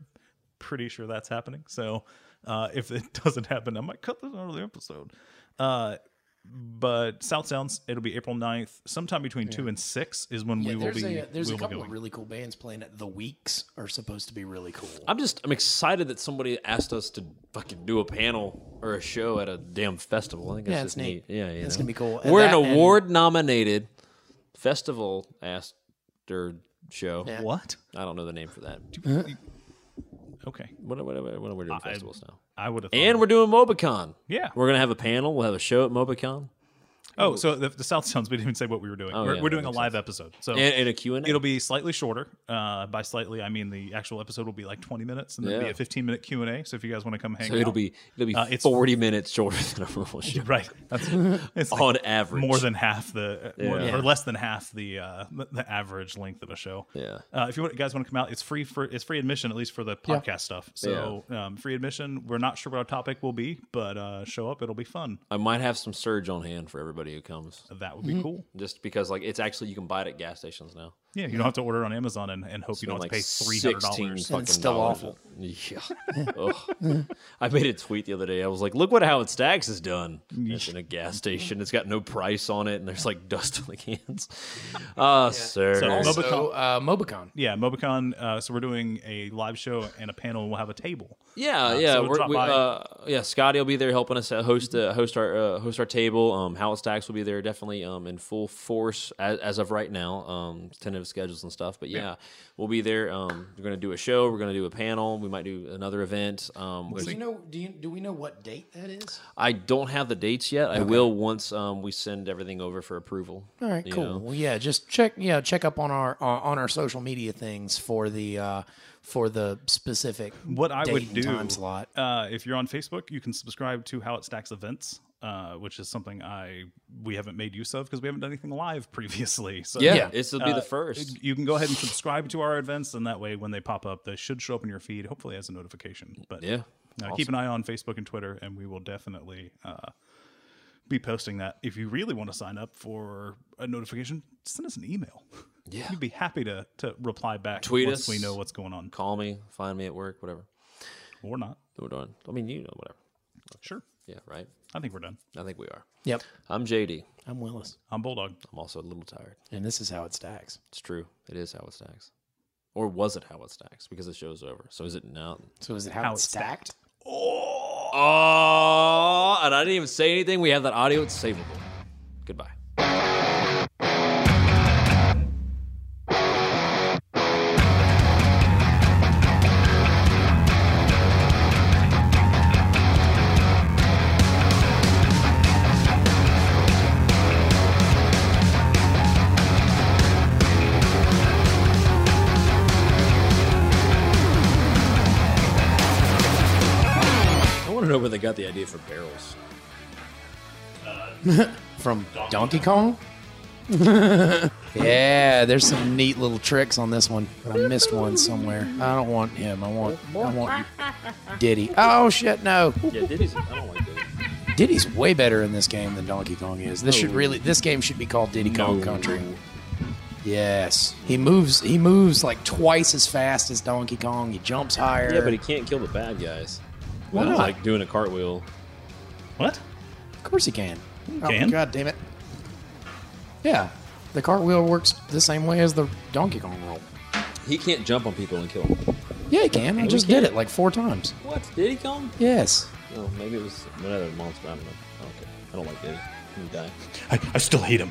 pretty sure that's happening. So uh, if it doesn't happen, I might cut this out of the episode. Uh, but South Sounds, it'll be April 9th. Sometime between 2 and 6 is when we will
there's
be.
a there's a
we'll be
couple
going.
of really cool bands playing it. The Weeks are supposed to be really cool.
Uh,
I'm just I'm excited that somebody asked us to fucking do a panel or a show at a damn festival. I think that's
Yeah, it's
just
neat.
Yeah, yeah.
It's gonna be cool. And
We're
that-
an
and-
award nominated festival after show.
What?
I don't know the name for that.
Okay.
What are, what are, what are we doing festivals now?
I would have.
And we're doing Mobicon.
Yeah.
We're gonna have a panel. We'll have a show at Mobicon
Oh, so the, the South Sounds, we didn't even say what we were doing. we're
Oh, yeah,
we're
that
doing a
makes
live episode. So
and, and a Q and A.
It'll be slightly shorter. Uh, by slightly, I mean the actual episode will be like 20 minutes, and then it'll
Yeah.
be a 15 minute Q and A. So if you guys want to come hang,
So it'll
out-
be it'll be
Uh, it's-
40 minutes shorter than a normal show
right. That's it's like
on average.
more than half the, more-
Yeah.
or less than half the uh, the- the average length of a show.
Yeah.
Uh, if you want, guys want to come out, it's free for it's free admission at least for the podcast stuff. So um, free admission. We're not sure what our topic will be, but uh, show up. It'll be fun.
I might have some surge on hand for everybody who comes,
That would be cool.
just because like it's actually you can buy it at gas stations now.
Yeah, you don't have to order on Amazon and, and hope you don't have
like
to pay three hundred dollars.
fucking
it's still
dollars.
awful.
Yeah. Ugh. I made a tweet the other day. I was like, "Look what how it stacks is done." And It's in a gas station. It's got no price on it, and there's like dust on the cans. Ah, sir.
So, Mobicon-
So uh, Mobicon.
Yeah, Mobicon. Uh, so we're doing a live show and a panel. and We'll have a table.
Yeah, yeah,
so
we're,
drop
we,
by.
uh, yeah. Scotty will be there helping us uh, host uh, host our uh, host our table. Um, Howlett Stacks will be there definitely um, in full force as, as of right now. Um, tentative schedules and stuff, but yeah, we'll be there. Um, we're gonna do a show. We're gonna do a panel. We might do another event. Um, we're
Do you know? Do you do we know what date that is?
I don't have the dates yet. I will once um, we send everything over for approval.
All right,
you
cool.
know?
Well, yeah, just check yeah check up on our uh, on our social media things for the uh, for the specific
What I
date
would
and
do
time slot.
Uh, if you're on Facebook, you can subscribe to How It Stacks Events, uh, which is something I we haven't made use of because we haven't done anything live previously. So
Yeah, this will
Uh,
be the first.
You can go ahead and subscribe to our events, and that way, when they pop up, they should show up in your feed, hopefully as a notification. But
Yeah.
uh, keep an eye on Facebook and Twitter, and we will definitely uh, be posting that. If you really want to sign up for a notification, send us an email. Yeah, we'd be happy to to reply back.
Tweet
once
us.
We know what's going on
Call me, find me at work, whatever.
or not.
We're done. I mean, you know, whatever.
Sure,
Yeah, right.
I think we're done.
I think we are.
Yep.
I'm JD.
I'm Willis.
I'm Bulldog.
I'm also a little tired.
And this is how it stacks.
It's true. It is how it stacks. Or was it how it stacks? Because the show's over. So is it now?
So is it how,
How
it's
it's
stacked?
Oh, and I didn't even say anything. We have that audio. It's savable. Goodbye. I want to know where they got the idea for barrels.
From Donkey Kong? yeah, there's some neat little tricks on this one. I missed one somewhere. I don't want him. I want I want Diddy. Oh shit, no.
Yeah, Diddy's. I don't like Diddy.
Diddy's way better in this game than Donkey Kong is. This should really this game should be called Diddy Kong Country. Yes. He moves he moves like twice as fast as Donkey Kong. He jumps higher.
Yeah, but he can't kill the bad guys.
Why
That's
not?
like doing a cartwheel.
What?
Of course he can. Oh,
can?
God damn it. Yeah. The cartwheel works the same way as the Donkey Kong roll.
He can't jump on people and kill them.
Yeah, he can. I just did
can.
it like four times.
What? Diddy come?
Yes.
No, maybe it was one other monster. I don't know. I don't care. I don't like Diddy. He died.
I, I still hate him.